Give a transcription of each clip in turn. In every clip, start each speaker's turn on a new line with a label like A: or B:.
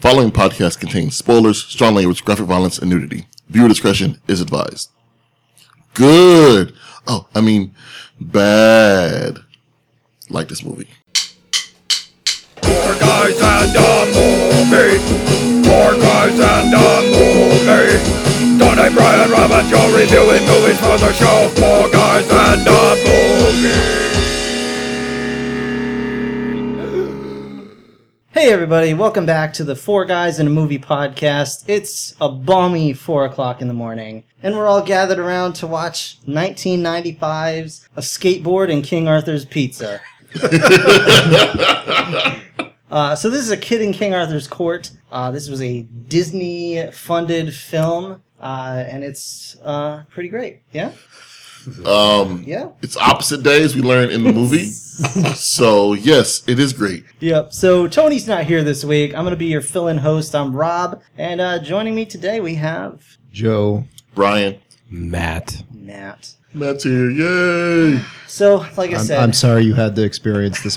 A: following podcast contains spoilers, strong language, graphic violence, and nudity. Viewer discretion is advised. Good. Oh, I mean, bad. Like this movie.
B: Four guys and a movie. Four guys and a movie. Donnie, Brian, Rob, and Joe reviewing movies for the show. Four guys and a movie.
C: Hey everybody, welcome back to the Four Guys in a Movie podcast. It's a balmy four o'clock in the morning, and we're all gathered around to watch 1995's A Skateboard and King Arthur's Pizza. Uh, so this is a kid in King Arthur's court. Uh, this was a Disney-funded film, uh, and it's uh, pretty great. Yeah,
A: Um,
C: yeah.
A: it's opposite days we learn in the movie. so yes, it is great.
C: Yep. So Tony's not here this week. I'm gonna be your fill-in host. I'm Rob, and uh, joining me today we have
D: Joe.
A: Brian,
E: Matt.
C: Matt.
A: Matt's here. Yay.
C: So, like I
D: I'm,
C: said,
D: I'm sorry you had to experience this,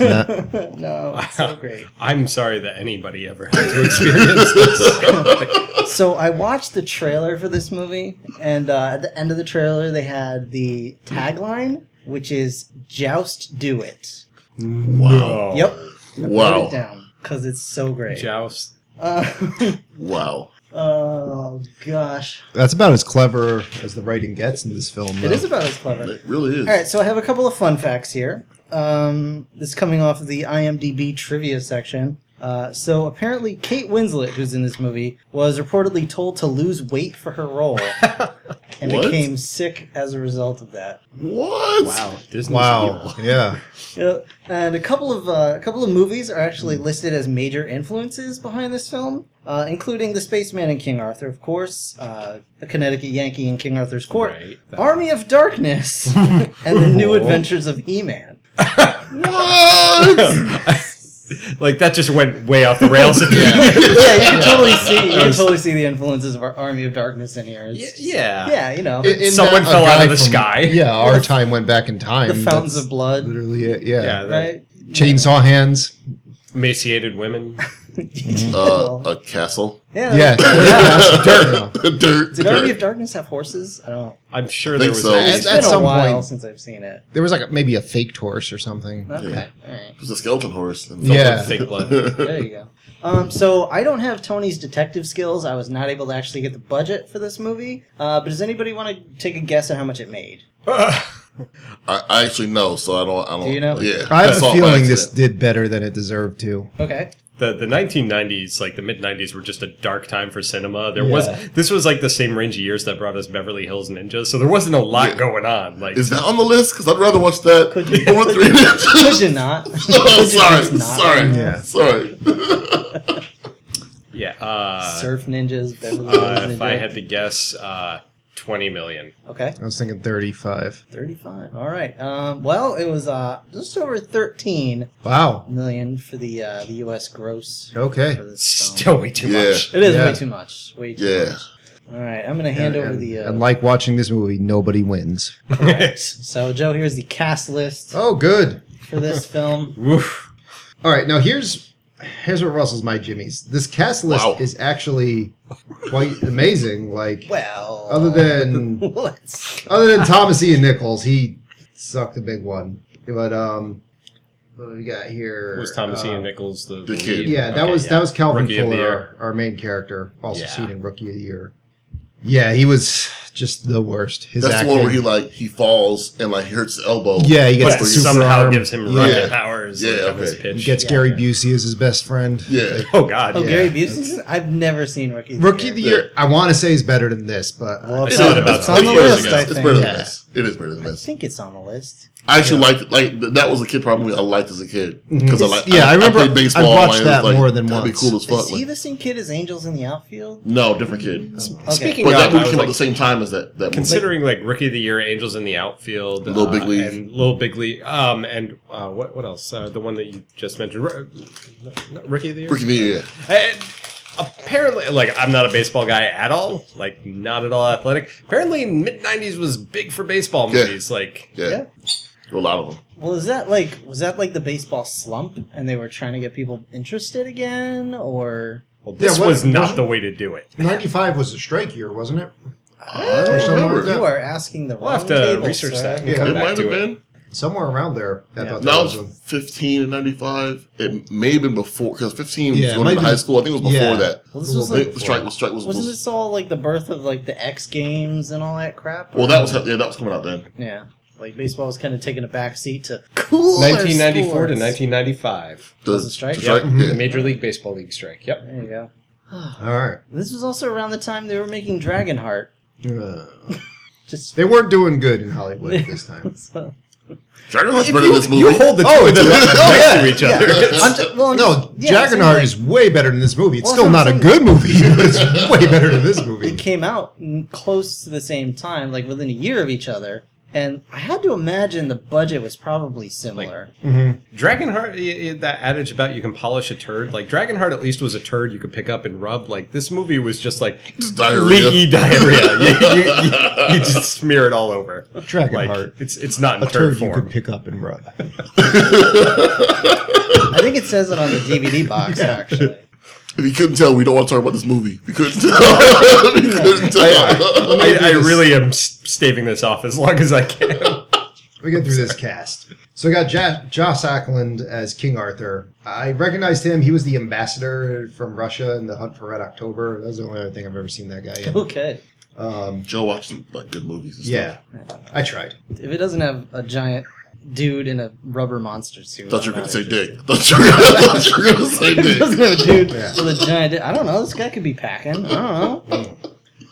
D: Matt.
C: no, it's so great.
E: I'm sorry that anybody ever had to experience this.
C: So I watched the trailer for this movie, and uh, at the end of the trailer, they had the tagline, which is "Joust, do it."
A: Oh.
E: wow.
C: Yep. Write it
A: Wow.
C: down because it's so great.
E: Joust.
C: Uh,
A: Wow.
C: oh gosh,
D: That's about as clever as the writing gets in this film.
C: it
D: though.
C: is about as clever.
A: It really is.
C: All right, so I have a couple of fun facts here. Um, this is coming off of the IMDb trivia section. Uh, so apparently, Kate Winslet, who's in this movie, was reportedly told to lose weight for her role, and
A: What?
C: became sick as a result of that.
A: What?
E: Wow. Disney's
D: Wow. Yeah.
C: Yeah, and a couple of uh, a couple of movies are actually listed as major influences behind this film, uh, including The Spaceman and King Arthur, of course, uh, The Connecticut Yankee and King Arthur's Court,
E: Right, that-
C: Army of Darkness, and The New Adventures of E-Man.
A: What?
E: hero. like that just went way off the rails. at the
C: yeah,
E: end.
C: you can totally see you can totally see the influences of our Army of Darkness in here.
E: Y-
C: It's-
E: yeah.
C: yeah, you know,
D: In- in
E: Someone
D: that, a
E: fell out
D: guy
E: of the
D: from-
E: sky.
D: Yeah, our time went back in time.
C: the fountains
D: That's
C: of blood,
D: Literally, it. Yeah.
E: Yeah. the
C: right?
D: Chainsaw hands.
E: Emaciated women.
A: uh, a castle.
C: yeah.
D: Yeah. yeah. Dirt.
A: dirt.
C: Did Army of
A: dirt.
C: Darkness have horses? I don't.
E: I'm sure
A: I think
E: there was.
A: so.
C: It's
D: At-
C: been
D: at
C: a
D: some
C: while
D: point-
C: since I've seen it.
D: There was like a, maybe a faked horse or something.
C: Okay, all right.
A: It was a skeleton horse. And
D: Yeah.
E: Fake blood.
C: There you go. Um, so I don't have Tony's detective skills. I was not able to actually get the budget for this movie. Uh, but does anybody want to take a guess at how much it made?
A: I, I actually know, so I don't. I don't.
C: Do you know?
A: Yeah.
D: I have
A: saw it
D: a
A: by
D: feeling this
A: accident.
D: did better than it deserved to.
C: Okay.
E: the the 1990s like the mid 90s were just a dark time for cinema there
D: Yeah.
E: was this was like the same range of years that brought us beverly hills ninjas so there wasn't a lot
A: Yeah.
E: going on like
A: Is that on the list? Because I'd rather watch that
C: Could you-
A: over Three
C: Could
A: Ninjas.
C: you not?
A: oh,
C: Could you
A: sorry,
C: just not?
A: sorry,
D: Yeah.
A: sorry.
E: yeah uh,
C: Surf ninjas, Beverly Hills
E: uh, if
C: Ninja.
E: i had to guess uh 20 million
C: Okay.
D: I was thinking 35.
C: 35. All right. Um, well, it was uh, just over 13
D: Wow.
C: million for the uh, the U.S. gross for
D: Okay.
C: this film.
E: still way too
A: Yeah.
E: much
C: It is
D: Yeah.
C: way too much. Way too
A: Yeah.
C: much. All right. I'm going to hand
D: and,
C: over the. Uh,
D: and like watching this movie, nobody wins.
C: so, Joe, here's the cast list
D: Oh, good.
C: for this film.
E: Oof.
D: All right, now here's here's what Russell's my Jimmy's. This cast list
A: Wow.
D: is actually quite amazing. Like
C: Well.
D: other than
C: Let's.
D: other than Thomas Ian Nichols, he sucked a big one. But um, what do we got here?
E: was thomas
D: Uh,
E: ian nichols the,
A: the
E: lead?
A: kid.
D: Yeah, that
E: Okay,
D: was
E: yeah.
D: that was Calvin
E: Rookie of the
D: Fuller,
E: year.
D: our, our main character, also
E: Yeah.
D: seen in Rookie of the Year. Yeah, he was just the worst. His
A: That's the
D: acting.
A: one where he like he falls and like he hurts his elbow.
D: yeah, he
E: but
D: gets super
E: somehow
D: arm.
E: gives him
D: yeah.
E: rocket powers
A: Yeah,
E: like, on his
A: okay.
E: pitch
D: He gets
C: Yeah.
D: Gary Busey as his best friend.
A: Yeah.
E: oh god
C: Oh,
E: yeah.
C: Gary Busey's? I've never seen Rookie of the
D: Rookie
C: Year.
D: of the Year. I want to say is better than this, but
C: Well,
E: I
C: it's,
E: saw
C: on,
E: it about
C: it's on the
E: 20 years
C: list,
E: ago.
C: I
A: It's
C: think.
A: better than
D: Yeah.
A: this. It is better than
C: I
A: this.
C: think it's on the list.
A: I actually liked like th- that was a kid problem I liked as a kid because I
D: Mhm.
A: like
D: Yeah, I remember
A: played baseball.
D: I watched
A: and
D: that more than
A: that'd
D: once.
A: Be cool as fuck.
C: Is he
A: like-
C: the same kid as Angels in the Outfield?
A: no, different kid.
C: Okay.
E: speaking
A: But
E: of
A: that
E: I
A: movie
E: was
A: came out
E: like,
A: the same time as that. That movie.
E: considering like rookie of the year, Angels in the outfield,
A: Little Big
E: uh,
A: League.
E: and Little Big League, um, and uh, what what else? Uh, the one that you just mentioned, Ro- no, rookie of the year.
A: Freaking me, yeah.
E: And apparently, like I'm not a baseball guy at all, like not at all athletic. Apparently, mid '90s was big for baseball
A: Yeah.
E: movies. Like
A: yeah,
C: Yeah.
A: a lot of them.
C: Well, is that like was that like the baseball slump, and they were trying to get people interested again, or
E: Well, this
D: Yeah, what-
E: was not
D: wasn't-
E: the way to do it.
D: Ninety-five was a strike year, wasn't it?
A: I
D: Or
A: don't
D: something like
A: remember.
D: that.
C: You are asking the wrong
E: We'll have to
C: table,
E: research
C: sir.
E: that.
D: Yeah.
E: Come
A: It
E: back
A: might have
E: to
A: been.
D: Somewhere around there. I
E: Yeah.
D: thought
A: That
D: that
A: was
D: was one.
A: 15 and 95. It may have been before, because 15
D: Yeah,
A: was
D: it
A: going
D: might
A: into
D: be-
A: high school. I think it was before
D: yeah.
A: that.
C: Well, this was
D: Little
C: like,
A: The strike was, strike was,
C: wasn't
A: was-
C: this all like the birth of like the X Games and all that crap?
A: well, that was, yeah, that was coming out then.
C: yeah, like baseball was kind of taking a backseat to cool.
E: 1994 to 1995.
A: The,
C: Was it strike?
A: the
E: Yep.
A: yeah.
E: Major League Baseball League strike. Yep.
C: There you go.
D: All right.
C: This was also around the time they were making Dragonheart.
D: Uh,
C: Just
D: they weren't doing good in Hollywood at this time.
C: so,
A: Dragonheart's better than this movie.
E: the
D: Oh,
E: two of them
A: yeah.
E: next to each
C: Yeah.
E: other.
C: I'm t- well, I'm
D: No,
C: just- yeah, it seems
D: Jaggenar
C: like
D: is way better than this movie. It's
C: Well,
D: still
C: that's
D: not
C: what
D: a
C: I'm
D: good movie, but it's way better than this
C: It
D: movie.
C: came out n- close to the same time, like within a year of each other. And I had to imagine the budget was probably similar.
D: Mm-hmm.
E: Dragonheart, i- i- that adage about you can polish a turd. Like Dragonheart, at least was a turd you could pick up and rub. Like this movie was just like
A: It's diarrhea.
E: leaky diarrhea. you, you, you, you just smear it all over. Like
D: Dragonheart,
E: it's it's not in
D: a
E: turd,
D: turd you
E: form.
D: could pick up and rub.
C: I think it says it on the DVD box, actually.
A: If you couldn't tell, we don't want to talk about this movie. We couldn't tell. we couldn't tell.
E: I, I really am s- staving this off as long as I can.
D: We get through this cast. So we got ja- Joss Ackland as King Arthur. I recognized him. He was the ambassador from Russia in the Hunt for Red October. That's the only other thing I've ever seen that guy in.
C: Okay.
D: Um,
A: Joe watched some like, good movies. And
D: yeah, I tried.
C: If it doesn't have a giant dude in a rubber monster suit,
A: Stuff. Thought you
C: I'm
A: were going
C: not
A: to say
C: interested.
A: dick. Thought you were going to were gonna say
C: If it doesn't
A: dick.
C: have a dude
D: Yeah.
C: with a giant dick. I don't know. This guy could be packing. I don't know.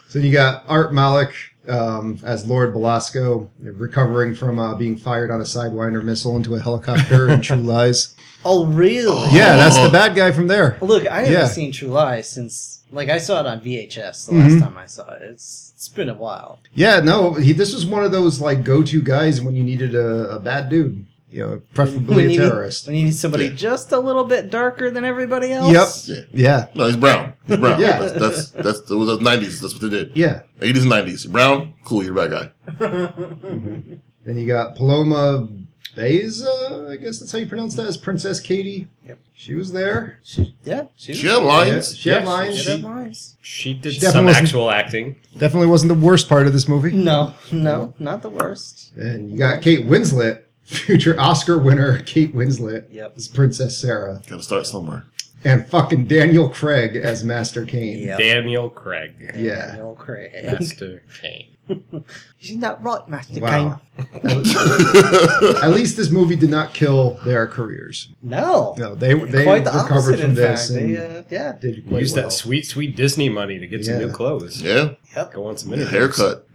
D: So you got Art Malik um, as Lord Belasco, recovering from uh, being fired on a Sidewinder missile into a helicopter in True Lies.
C: Oh, really?
D: Yeah, that's the bad guy from there.
C: Look, I haven't
D: Yeah.
C: seen True Lies since, like, I saw it on VHS the
D: Mhm.
A: Mm-hmm.
C: last time I saw it. It's it's been a while.
D: Yeah, no, he, this was one of those like go-to guys when you needed a, a bad dude, you know,
C: We
D: preferably a
C: need,
D: terrorist.
C: we need somebody
A: Yeah.
C: just a little bit darker than everybody
D: Yep.
C: else.
A: Yeah.
D: Yeah,
A: No, he's brown. He's brown.
D: Yeah.
A: That's, that's, that's, that was the 90s. That's what they did.
D: yeah.
A: 80s and 90s. Brown, cool, you're a bad guy.
D: Then you got Paloma Beza, I guess that's how you pronounce that, as Princess Katie.
C: Yep.
D: She was there.
C: She, yeah. She,
A: She had lines.
D: Yeah, she had
E: Yes,
D: lines.
C: she
D: She
C: had lines.
E: She did
D: She
E: some
D: definitely wasn't-
E: actual acting.
D: definitely wasn't the worst part of this movie.
C: No, no, not the worst.
D: And you got Kate Winslet, future Oscar winner Kate Winslet
C: Yep.
D: as Princess Sarah,
A: Gotta start somewhere.
D: and fucking Daniel Craig as Master Kane.
C: Yep.
E: Daniel Craig.
D: Yeah.
C: Daniel Craig.
E: Master Kane.
C: She's not right, Master
D: Wow.
C: Kane.
D: At least this movie did not kill their careers.
C: No.
D: No, they they
C: Quite the
D: recovered
C: opposite,
D: from
C: in
D: this
C: fact. They,
D: and
C: uh, yeah.
D: did quite
E: Use
D: well.
E: that sweet, sweet Disney money to get some
D: Yeah.
E: new clothes.
A: yeah.
C: Yep.
E: Go on some
A: yeah.
E: interviews.
A: Haircut.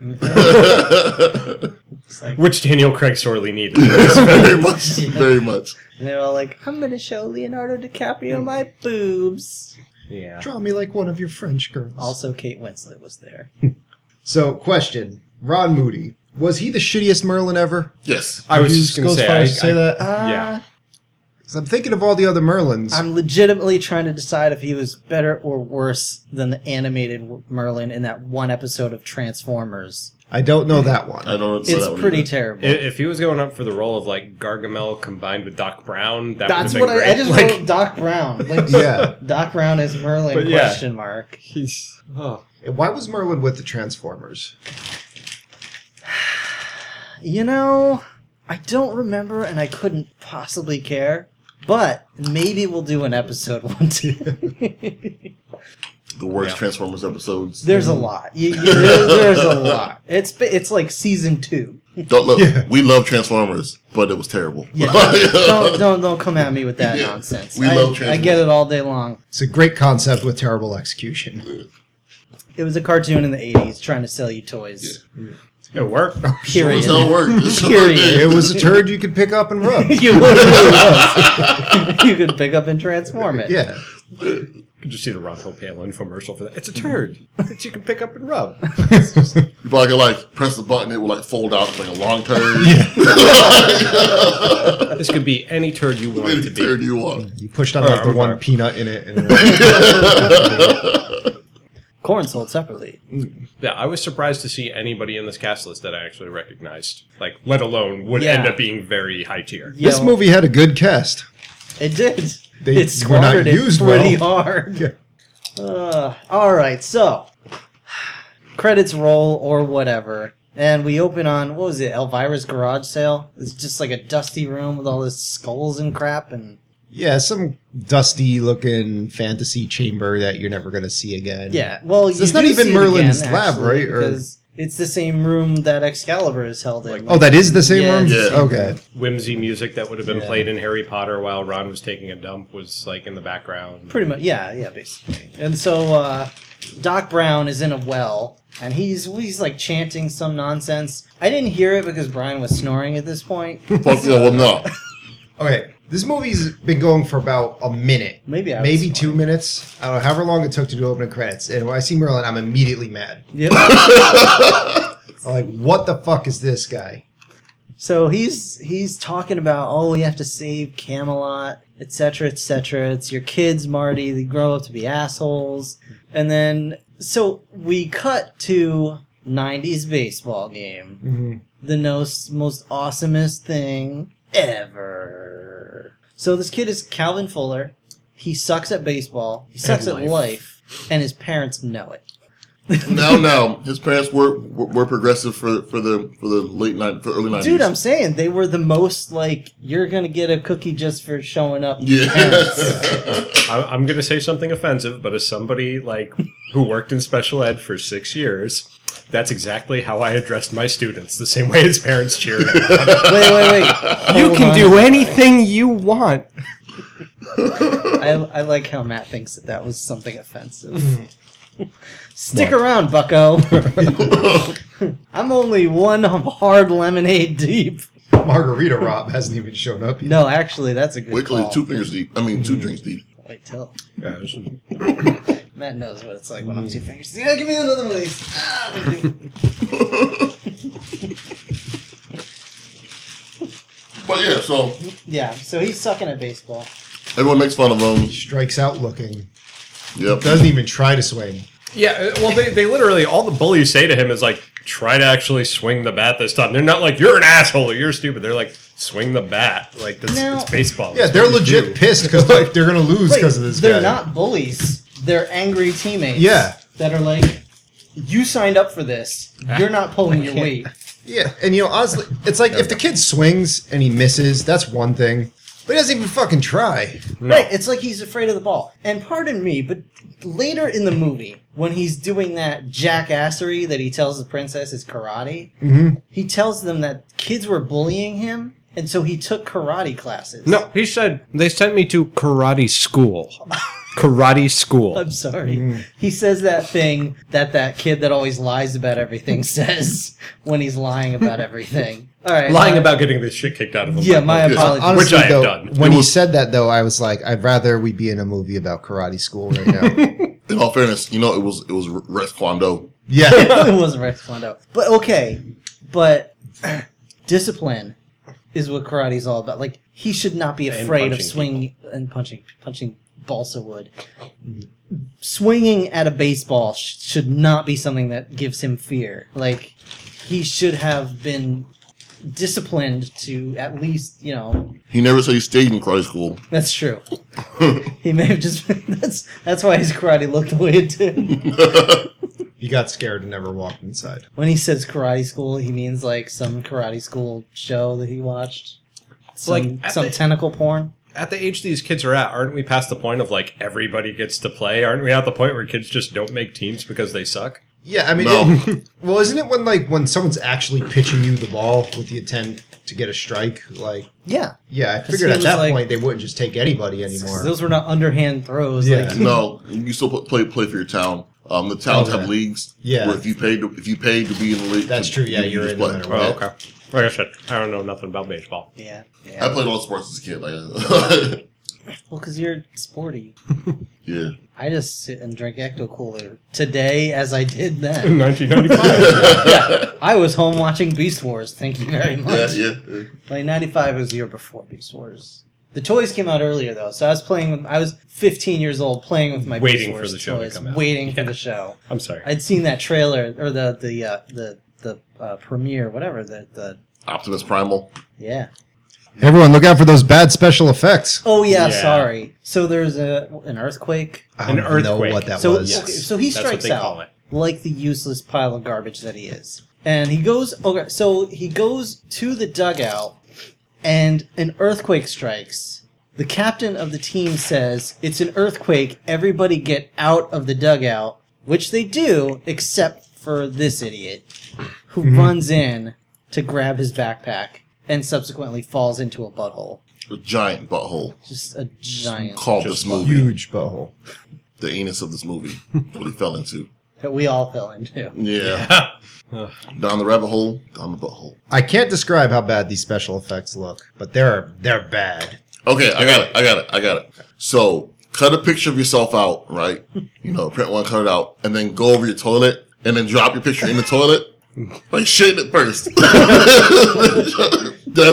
C: It's like-
E: Which Daniel Craig sorely needed.
A: very much. Very much.
C: and they're all like, I'm going to show Leonardo DiCaprio my boobs.
E: yeah.
D: Draw me like one of your French girls.
C: Also, Kate Winslet was there.
D: So, question: Ron Moody was he the shittiest Merlin ever?
A: Yes.
E: I was
D: Would you
E: just going
D: go
E: to
D: as
E: say,
D: far
E: I,
D: as to say
E: I-
D: that.
C: Uh,
E: Yeah.
D: Because I'm thinking of all the other Merlins.
C: I'm legitimately trying to decide if he was better or worse than the animated Merlin in that one episode of Transformers.
D: I don't know that one.
E: Uh,
A: I don't know
C: it's
A: that one
C: pretty
A: either.
E: i-
C: terrible.
E: if he was going up for the role of like Gargamel combined with Doc Brown, that
C: That's
E: would
C: what
E: have been great.
C: I, I just
E: like,
C: wrote Doc Brown. Like,
D: yeah.
C: Doc Brown is Merlin?
E: But yeah.
C: Question mark.
E: He's oh,
D: And Why was Merlin with the Transformers?
C: You know, I don't remember, and I couldn't possibly care. But maybe we'll do an episode one too.
A: The worst
E: Yeah.
A: Transformers episodes.
C: there's a lot. You, you- there- there's a lot. It's it's like season two.
A: Don't look.
D: Yeah.
A: We love Transformers, but it was terrible.
C: Yeah, don't,
D: uh,
C: don't don't don't come at me with that nonsense.
A: We
C: I,
A: love
C: I
A: Transformers.
C: get it all day long.
D: It's a great concept with terrible execution.
C: It was a cartoon in the '80s trying to sell you toys.
E: it worked.
A: It's
C: Period.
A: not work. It's not
C: Period.
A: working.
D: Oh, It was a turd you could pick up and rub.
C: you literally was. you could pick up and transform it.
D: Yeah.
E: You just see the Ron Palin infomercial for that. It's a turd that you can pick up and rub.
A: You probably could, like press the button, it will like fold out like a long turn.
E: this could be any turd you want it to be.
A: turn you want.
D: You pushed on like the
E: Alright,
D: one
E: alright.
D: peanut in it. And
C: Corn sold separately.
E: Yeah, I was surprised to see anybody in this cast list that I actually recognized. Like, let alone would
C: Yeah.
E: end up being very high tier.
C: You
D: this
C: know,
D: movie had a good cast.
C: It did.
D: They
C: it
D: were not
C: squandered it
D: used
C: pretty
D: well.
C: hard.
D: Yeah.
C: Uh, all right, so credits roll or whatever, and we open on what was it? Elvira's garage sale. It's just like a dusty room with all this skulls and crap, and
D: Yeah, some dusty looking fantasy chamber that you're never going to see again.
C: yeah. Well,
D: So it's
C: you
D: not
C: do
D: even
C: see it
D: Merlin's
C: again,
D: lab,
C: actually,
D: right, or-
C: because it's the same room that Excalibur is held in.
D: Oh, that is the same
C: Yeah,
D: room?
C: it's the
A: Yeah.
C: same
D: Okay.
E: Whimsy music that would have been
D: Yeah.
E: played in Harry Potter while Ron was taking a dump was like in the background.
C: Pretty much, yeah, yeah, basically. And so uh, Doc Brown is in a well, and he's he's like chanting some nonsense. I didn't hear it because Brian was snoring at this point.
A: Fuck yeah, well, no.
D: Okay. This movie's been going for about a minute.
C: Maybe I was
D: Maybe
C: snoring.
D: two minutes. I don't know, however long it took to do opening credits. And when I see Merlin, I'm immediately mad.
C: Yep.
D: I'm like, what the fuck is this guy?
C: so he's he's talking about oh we have to save Camelot, etc., etc. It's your kids, Marty. They grow up to be assholes, and then so we cut to '90s baseball game.
D: Mm-hmm.
C: the most most awesomest thing ever. So this kid is Calvin Fuller. He sucks at baseball. He sucks at
E: life.
C: life, and his parents know it.
A: Now, now, his parents were were, were progressive for for the for the late night for early nineties.
C: Dude, I'm saying they were the most like you're gonna get a cookie just for showing up. parents.
A: yeah.
E: I, I'm going to say something offensive, but as somebody like who worked in special ed for six years, that's exactly how I addressed my students. The same way as parents cheered.
C: wait, wait, wait. Hold on.
E: anything you want.
C: I, I like how Matt thinks that that was something offensive. Stick around, Bucko. I'm only one hard lemonade deep.
D: Margarita Rob hasn't even shown up yet.
C: No, actually, that's a good
A: Wait till
C: call.
A: he's two fingers deep. I mean, two
D: Mm-hmm.
A: drinks deep.
C: Wait till.
E: Yeah, it was-
C: Matt knows what it's like when I'm two fingers. Yeah, give me another one of these. Ah, thank you.
A: But yeah, so
C: yeah, so he's sucking at baseball.
A: everyone makes fun of him.
D: Strikes out looking.
A: Yep.
D: Doesn't even try to swing.
E: yeah. uh, Well, they, they literally all the bullies say to him is like, try to actually swing the bat this time. They're not like you're an asshole or you're stupid. They're like swing the bat. Like this,
C: Now-
E: it's baseball.
D: Yeah,
E: It's
D: they're
E: what you
D: legit
E: do.
D: pissed because like they're gonna lose because of this
C: they're
D: guy.
C: not bullies. They're angry teammates.
D: Yeah.
C: That are like, you signed up for this. You're not pulling your weight.
D: Yeah, and you know honestly, it's like if the kid swings and he misses, that's one thing, but he doesn't even fucking try.
E: No.
C: Right, it's like he's afraid of the ball. And pardon me, but later in the movie, when he's doing that jackassery that he tells the princess is karate,
E: Mm-hmm.
C: he tells them that kids were bullying him, and so he took karate classes.
E: No, he said they sent me to karate school. karate school.
C: I'm sorry.
E: Mm-hmm.
C: He says that thing that that kid that always lies about everything says when he's lying about everything. All right,
E: Lying
C: my-
E: about getting this shit kicked out of him.
C: Yeah, my
A: Yeah.
C: apologies.
D: Honestly,
E: Which I have
D: though,
E: done.
D: When
A: It
D: he
A: was-
D: said that though, I was like, I'd rather we be in a movie about karate school right now.
A: In all fairness, you know, it was it was Rex Kwando.
D: yeah,
C: it wasn't Rex Kondo. But okay, but discipline is what karate's all about. Like he should not be
E: And
C: afraid of
E: punching
C: swinging and punching, punching balsa wood. Swinging at a baseball sh- should not be something that gives him fear. Like he should have been disciplined to at least you know
A: He never said he stayed in karate school.
C: that's true. he may have just that's that's why his karate looked the way it did.
D: he got scared and never walked inside.
C: When he says karate school, he means like some karate school show that he watched. Some,
E: Like, I
C: some
E: think-
C: tentacle porn.
E: At the age these kids are at, aren't we past the point of like everybody gets to play? Aren't we at the point where kids just don't make teams because they suck?
D: Yeah, I mean,
A: No.
D: it- well, isn't it when like when someone's actually pitching you the ball with the intent to get a strike? Like,
C: Yeah,
D: yeah, I
C: he
D: figured at
C: was
D: that
C: like-
D: point they wouldn't just take anybody anymore.
C: those were not underhand throws.
D: Yeah.
C: Like,
A: No, you still pl- play play for your town. Um, the towns
D: Okay.
A: have leagues.
D: Yeah.
A: Where if you paid to, if you paid to be in the league,
D: That's true, yeah,
A: you
D: you're
A: just
D: in no
A: play.
D: matter what.
E: Oh, okay. Like I said, I don't know nothing about baseball.
C: yeah, yeah.
A: I played all sports as a kid. Like,
C: Well, because you're sporty.
A: yeah.
C: I just sit and drink Ecto Cooler today, as I did
E: In
C: then.
E: 1995.
D: Oh,
C: yeah, I was home watching Beast Wars. Thank you very
A: Yeah,
C: much.
A: yeah, yeah.
C: Like '95 was the year before Beast Wars. The toys came out earlier though, so I was playing. With, I was 15 years old playing with my Beast
E: Waiting for
C: Wars
E: the show to
C: toys,
E: come out.
C: waiting for the show.
E: I'm sorry.
C: I'd seen that trailer or the the uh, the the uh, premiere, whatever. The the
A: Optimus Primal.
C: yeah.
D: Everyone, look out for those bad special effects.
C: Oh yeah,
E: Yeah.
C: sorry. So there's a an earthquake.
D: I don't
E: An
D: know
E: earthquake.
D: what that
C: so
D: was.
C: okay, so he
E: That's what
C: strikes
E: they
C: out
E: call it.
C: like the useless pile of garbage that he is, and he goes. Okay, so he goes to the dugout, and an earthquake strikes. The captain of the team says, "It's an earthquake. Everybody get out of the dugout," which they do, except for this idiot who runs in to grab his backpack and subsequently falls into a butthole.
A: A giant butthole.
C: Just a giant
A: Called
E: Just
A: this movie
D: Huge butthole.
A: the anus of this movie. what he fell into.
C: that we all fell into.
A: Yeah.
E: Ugh.
A: Down the rabbit hole, down the butthole.
D: I can't describe how bad these special effects look, but they're they're bad.
A: Okay, I got it. I got it. I got it. So cut a picture of yourself out, right? You know, print one, cut it out, and then go over your toilet and then drop your picture in the toilet. Like shit it first. That's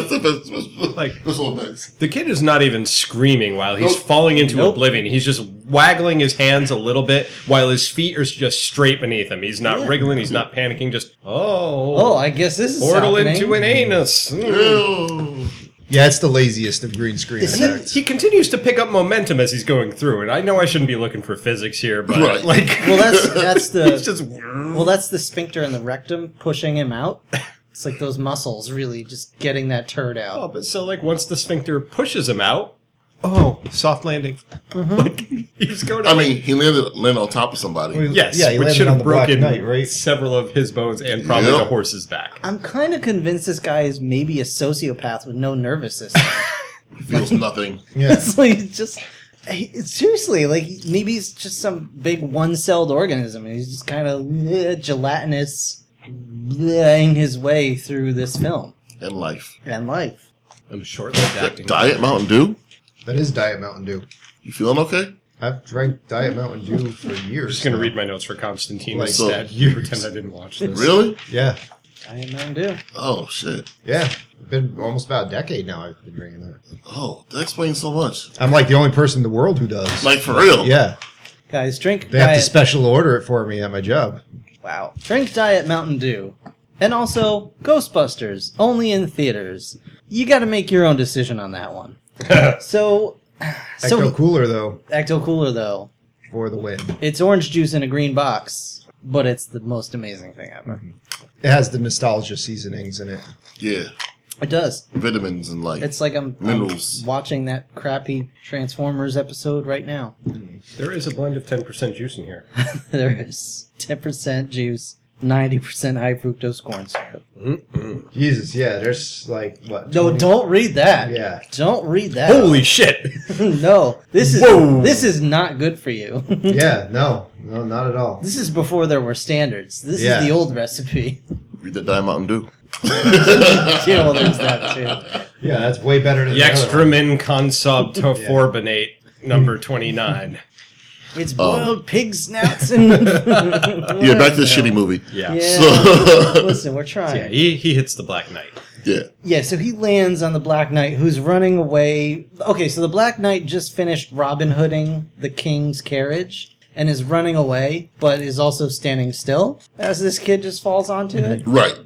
A: the best.
E: Like-
A: Like this one best.
E: The kid is not even screaming while he's
A: Nope.
E: falling into
C: Nope.
E: oblivion. He's just waggling his hands a little bit while his feet are just straight beneath him. He's not
C: Yeah.
E: wriggling. He's not panicking. Just oh,
C: Oh, I guess this is
E: portal
C: happening.
E: into an anus. Mm.
A: Ew.
D: Yeah, it's the laziest of green screen
C: Is
E: And then
D: effects.
E: he continues to pick up momentum as he's going through. And I know I shouldn't be looking for physics here, but
A: Right.
E: like,
C: Well, that's that's
E: he's
D: uh,
C: the
E: just
C: well, that's the sphincter and the rectum pushing him out. It's like those muscles really just getting that turd
E: Oh,
C: out.
E: but so like once the sphincter pushes him out, oh, soft landing. Like he's going. To,
A: I mean, he landed landed on top of somebody.
E: yes,
D: yeah, he
E: which
D: landed
E: should
D: on
E: have
D: the Black
E: broken
D: Knight, right?
E: several of his bones and probably
A: Yeah.
E: the horse's back.
C: I'm kind of convinced this guy is maybe a sociopath with no nervous system.
A: Feels nothing.
D: Yeah.
C: it's like it's just he- seriously like maybe he's just some big one-celled organism and he's just kind of bleh, gelatinous blehing his way through this film
A: And life.
C: and life.
E: I'm short-lived acting.
A: Diet Mountain Dew.
D: That is Diet Mountain Dew.
A: You feeling okay?
D: I've drank Diet Mountain Dew for years.
E: I'm just gonna read my notes for Constantine
D: Like,
A: so-
E: instead. You pretend I didn't watch this.
A: Really?
D: Yeah,
C: I don't do.
A: Oh shit.
D: yeah. It's been almost about a decade now. I've been drinking that.
A: Oh, that explains so much.
D: I'm like the only person in the world who does.
A: Like for real.
D: yeah,
C: Guys, drink
D: they have to
C: diet.
D: special order it for me at my job.
C: wow. Drink diet Mountain Dew. And also Ghostbusters, only in theaters. You got to make your own decision on that one. so, so
D: Ecto Cooler though
C: Ecto Cooler though,
D: for the win.
C: it's orange juice in a green box, but it's the most amazing thing ever.
D: It has the nostalgia seasonings in it.
A: Yeah.
C: It does.
A: Vitamins and like
C: It's like I'm, I'm
A: Minerals.
C: watching that crappy Transformers episode right now.
E: There is a blend of 10% juice in here.
C: there is 10% juice, 90% high fructose corn syrup.
D: Jesus, yeah. There's like what?
C: No,
D: 20
C: don't read that.
D: Yeah.
C: Don't read that.
E: Holy shit!
C: no, this is
E: Whoa.
C: this is not good for you.
D: Yeah, no, no, not at all.
C: this is before there were standards. This
D: Yeah.
C: is the old recipe.
A: read the Diet Mountain Dew.
C: yeah, well, there's that too.
D: Yeah, that's way better than the other one.
E: Yaxtramin consubtoforbinate number 29.
C: It's boiled pig snouts and yeah,
A: Yeah, back to the shitty movie.
E: Yeah.
C: Yeah.
A: So
C: Listen, we're trying.
E: Yeah, he, he hits the Black Knight.
A: yeah.
C: Yeah, so he lands on the Black Knight, who's running away. Okay, so the Black Knight just finished Robin Hooding the king's carriage and is running away, but is also standing still as this kid just falls onto it.
A: Right.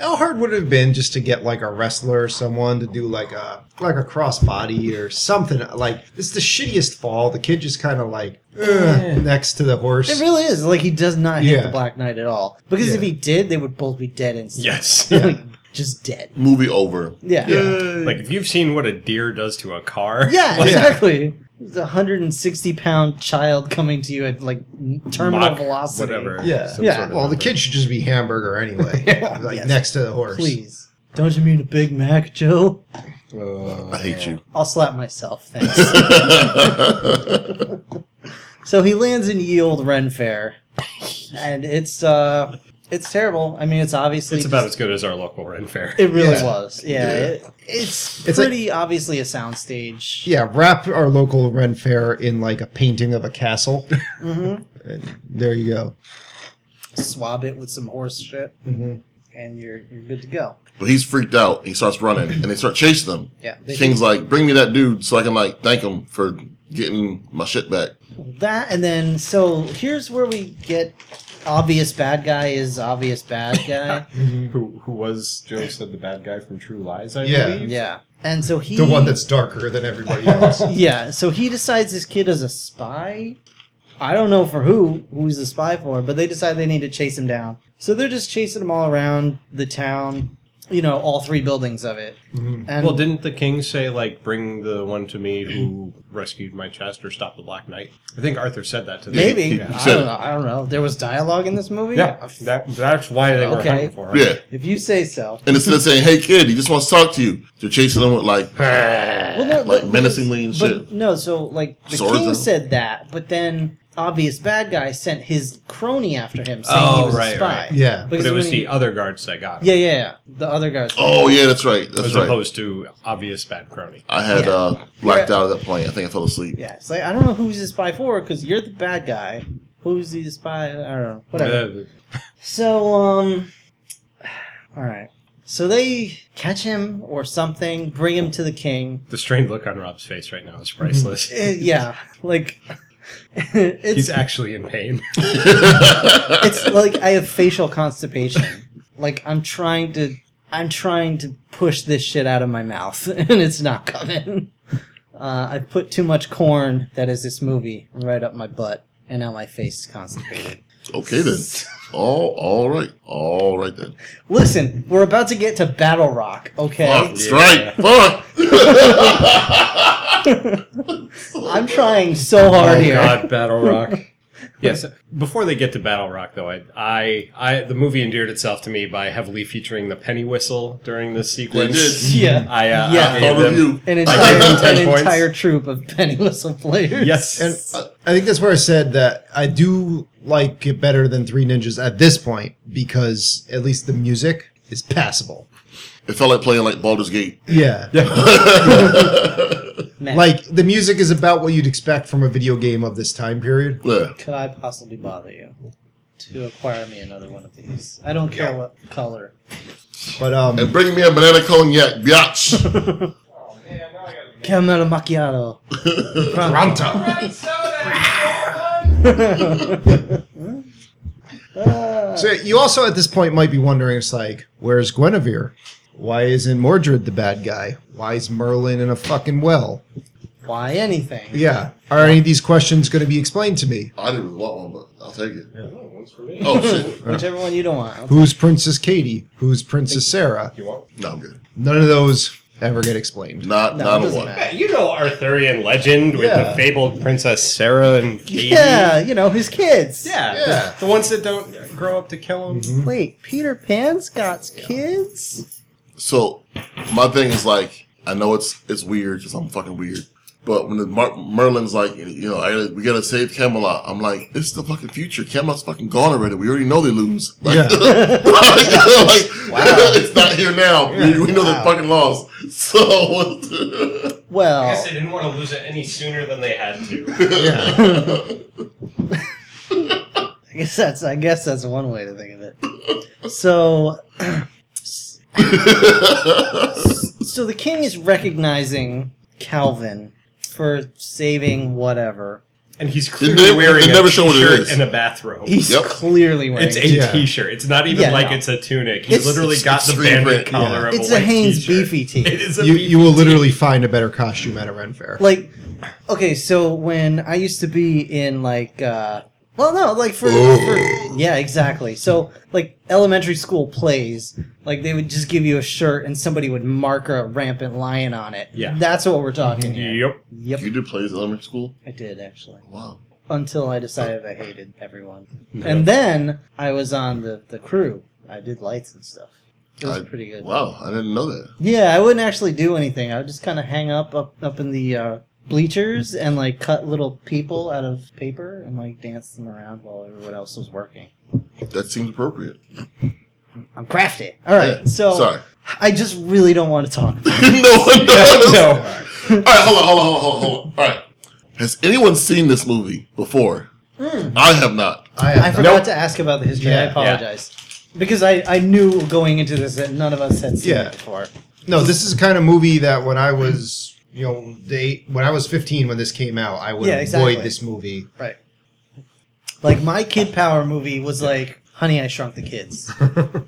D: How hard would it have been just to get like a wrestler or someone to do like a like a crossbody or something? Like it's the shittiest fall. The kid just kind of like "Ugh," next to the horse.
C: It really is. Like, he does not hit
D: Yeah.
C: the Black Knight at all. Because if
D: Yeah.
C: he did, they would both be dead instantly.
E: Yes.
D: Yeah.
C: Just dead.
A: Movie over.
C: Yeah. Yeah,
D: Yeah.
E: Like, if you've seen what a deer does to a car.
C: exactly. It's a 160 pound child coming to you at, like, terminal
E: Mach,
C: velocity.
E: Whatever.
D: Yeah.
E: Some
C: Yeah.
E: sort of
D: Well, the
E: number.
D: kid should just be hamburger anyway, like
C: Yes.
D: next to the horse.
C: Please. Don't you mean a Big Mac, Joe?
D: Uh,
A: I hate you.
C: I'll slap myself, thanks. so he lands in Yield Ren Fair, and it's uh, it's terrible. I mean, it's obviously
E: It's about
C: just-
E: as good as our local Ren Fair.
C: it really
D: Yeah.
C: was. Yeah, It, it's,
D: It's like-
C: pretty obviously a soundstage.
D: Yeah, wrap our local Ren Fair in like a painting of a castle.
C: Mm-hmm.
D: And there you go.
C: Swab it with some horse shit,
D: Mhm.
C: and you're you're good to go.
A: but he's freaked out. He starts running and they start chasing him.
C: Yeah, they-
A: King's like, bring me that dude so I can like thank him for getting my shit back.
C: That and then so here's where we get obvious bad guy is obvious bad guy.
E: Who, who was, Joe said, the bad guy from True Lies, I
D: Yeah.
E: believe?
C: yeah, And so he
D: The one that's darker than everybody else.
C: yeah, so he decides this kid is a spy. I don't know for who, who he's a spy for, but they decide they need to chase him down. So they're just chasing him all around the town, you know, all three buildings of it.
D: Mm-hmm.
C: And
E: Well, didn't the king say like, "Bring the one to me who rescued my chest or stop the Black Knight"? I think Arthur said that to the
C: maybe
E: king.
C: I
E: Yeah,
A: said
C: don't
A: it.
C: know. I don't know. There was dialogue in this movie.
E: yeah that, that's why they were
C: Okay.
E: hunting for him.
A: Yeah.
C: if you say so.
A: And instead of saying, hey, kid, he just wants to talk to you, they're chasing him with like,
C: Well, no,
A: like
C: but-
A: menacingly and
C: but
A: shit.
C: No, so like the
A: Swords
C: king
A: and-
C: said that, but then obvious bad guy sent his crony after him, saying he
E: Oh,
C: was a
E: right,
C: spy.
E: right.
D: Yeah.
E: But
C: Because
E: it was
C: when
E: the
C: he-
E: other guards that got him,
C: yeah, yeah, yeah, the other guys.
A: Oh, yeah, that's right.
E: as
A: That's right.
E: opposed to obvious bad crony.
A: I had
C: Yeah.
A: uh, blacked
C: Yeah.
A: out at that point. I think I fell asleep.
C: Yeah, it's like I don't know who's the spy for because you're the bad guy. Who's the spy? I don't know. Whatever.
E: Uh,
C: So um, all right. So they catch him or something, bring him to the king.
E: the strained look on Rob's face right now is priceless.
C: Eh, yeah, like it's
E: He's actually in pain.
C: it's like I have facial constipation. Like I'm trying to I'm trying to push this shit out of my mouth and it's not coming. Uh, I put too much corn that is this movie right up my butt and now my face is constipated.
A: Okay, then. All, all right. All right, then.
C: Listen, we're about to get to Battle Rock,
A: Fuck,
C: okay?
A: strike. Fuck.
C: I'm trying so hard
E: Oh
C: here.
E: God, Battle Rock. yes. Before they get to Battle Rock, though, I, I, I, the movie endeared itself to me by heavily featuring the penny whistle during this sequence.
A: did.
C: Yeah.
E: I, uh,
C: Yeah.
E: I
A: All
E: gave
A: of
E: them-
A: you.
C: An
E: I gave them
C: entire,
E: 10
C: an
E: points.
C: entire troop of penny whistle players.
E: Yes.
D: And uh, I think that's where I said that I do like it better than Three Ninjas at this point because at least the music is passable.
A: It felt like playing like Baldur's Gate.
D: Yeah.
C: Man,
D: Like the music is about what you'd expect from a video game of this time period.
A: Yeah.
C: could I possibly bother you to acquire me another one of these? I don't care what color.
D: But um
A: And bring me a banana cognac, biatch.
C: Caramel macchiato.
D: So you also at this point might be wondering, it's like, where's Guinevere? Why isn't Mordred the bad guy? Why is Merlin in a fucking well?
C: Why anything?
D: Yeah. Are any of these questions going to be explained to me?
A: I didn't want one, but I'll take it. Oh, shit.
C: Whichever one you don't want.
D: Who's Princess Katie? Who's Princess Sarah?
A: No, I'm good.
D: None of those ever get explained.
A: Not,
C: No, it
A: not a
C: doesn't
A: one.
C: matter.
E: you know Arthurian legend with
D: Yeah.
E: the fabled Princess Sarah and Katie.
C: Yeah, you know, his kids.
E: Yeah,
D: Yeah.
E: The, the ones that don't grow up to kill
D: Mm-hmm.
E: him.
C: Wait, Peter Pan's got kids?
A: So my thing is like, I know it's it's weird because I'm fucking weird. But when the Mar- Merlin's like, you know, I gotta, we gotta save Camelot. I'm like, it's the fucking future. Camelot's fucking gone already. We already know they lose. Like,
D: Yeah.
A: like, it's not here now. we, we know they fucking lost. So what's the-
E: I
C: Well,
E: guess they didn't want to lose it any sooner than they had to.
D: Yeah.
C: I guess that's I guess that's one way to think of it. So so the king is recognizing Calvin for saving whatever.
E: And he's clearly
A: never-
E: wearing
A: they
E: a
A: never show what it
E: t-shirt
A: is.
E: and a bathrobe.
C: He's
A: Yep.
C: clearly wearing
E: It's a
D: Yeah.
E: shirt It's not even
C: Yeah,
E: like
C: no.
E: it's a tunic. He's
C: It's-
E: literally
A: it's
E: got the
A: extreme
E: bandit
A: print,
E: collar
A: yeah.
E: of
C: It's
E: a,
C: a
E: white
C: Haynes
E: t-shirt.
C: beefy tee.
E: It is a
D: You,
E: beefy
D: you will literally find a better costume at a Ren fair.
C: like okay so when i used to be in like uh well no like for, for yeah exactly so like elementary school plays like they would just give you a shirt and somebody would mark a rampant lion on it
E: Yeah.
C: that's what we're talking here
E: Yep.
C: yep
A: you did plays in elementary school?
C: i did actually
A: Wow.
C: until i decided i hated everyone and then i was on the the crew i did lights and stuff it was
A: I-
C: pretty good
A: Wow, I didn't know that.
C: yeah, I wouldn't actually do anything. I would just kind of hang up up up in the uh, bleachers and like cut little people out of paper and like dance them around while everyone else was working.
A: That seems appropriate.
C: I'm crafty. All right,
A: Yeah,
C: so
A: sorry.
C: I just really don't want to talk. About
A: no, no, no,
E: No.
A: All right, hold on, hold on, hold on, hold on. All right. Has anyone seen this movie before? I have not.
C: it. I forgot to ask about the history. I
D: Yeah,
C: apologize because I I knew going into this that none of us had seen
D: Yeah.
C: it before.
D: No, this is the kind of movie that when I was, you know, they when I was 15 when this came out, I would
C: Yeah, exactly.
D: avoid this movie.
C: Right. Like my Kid Power movie was like Honey I Shrunk the Kids.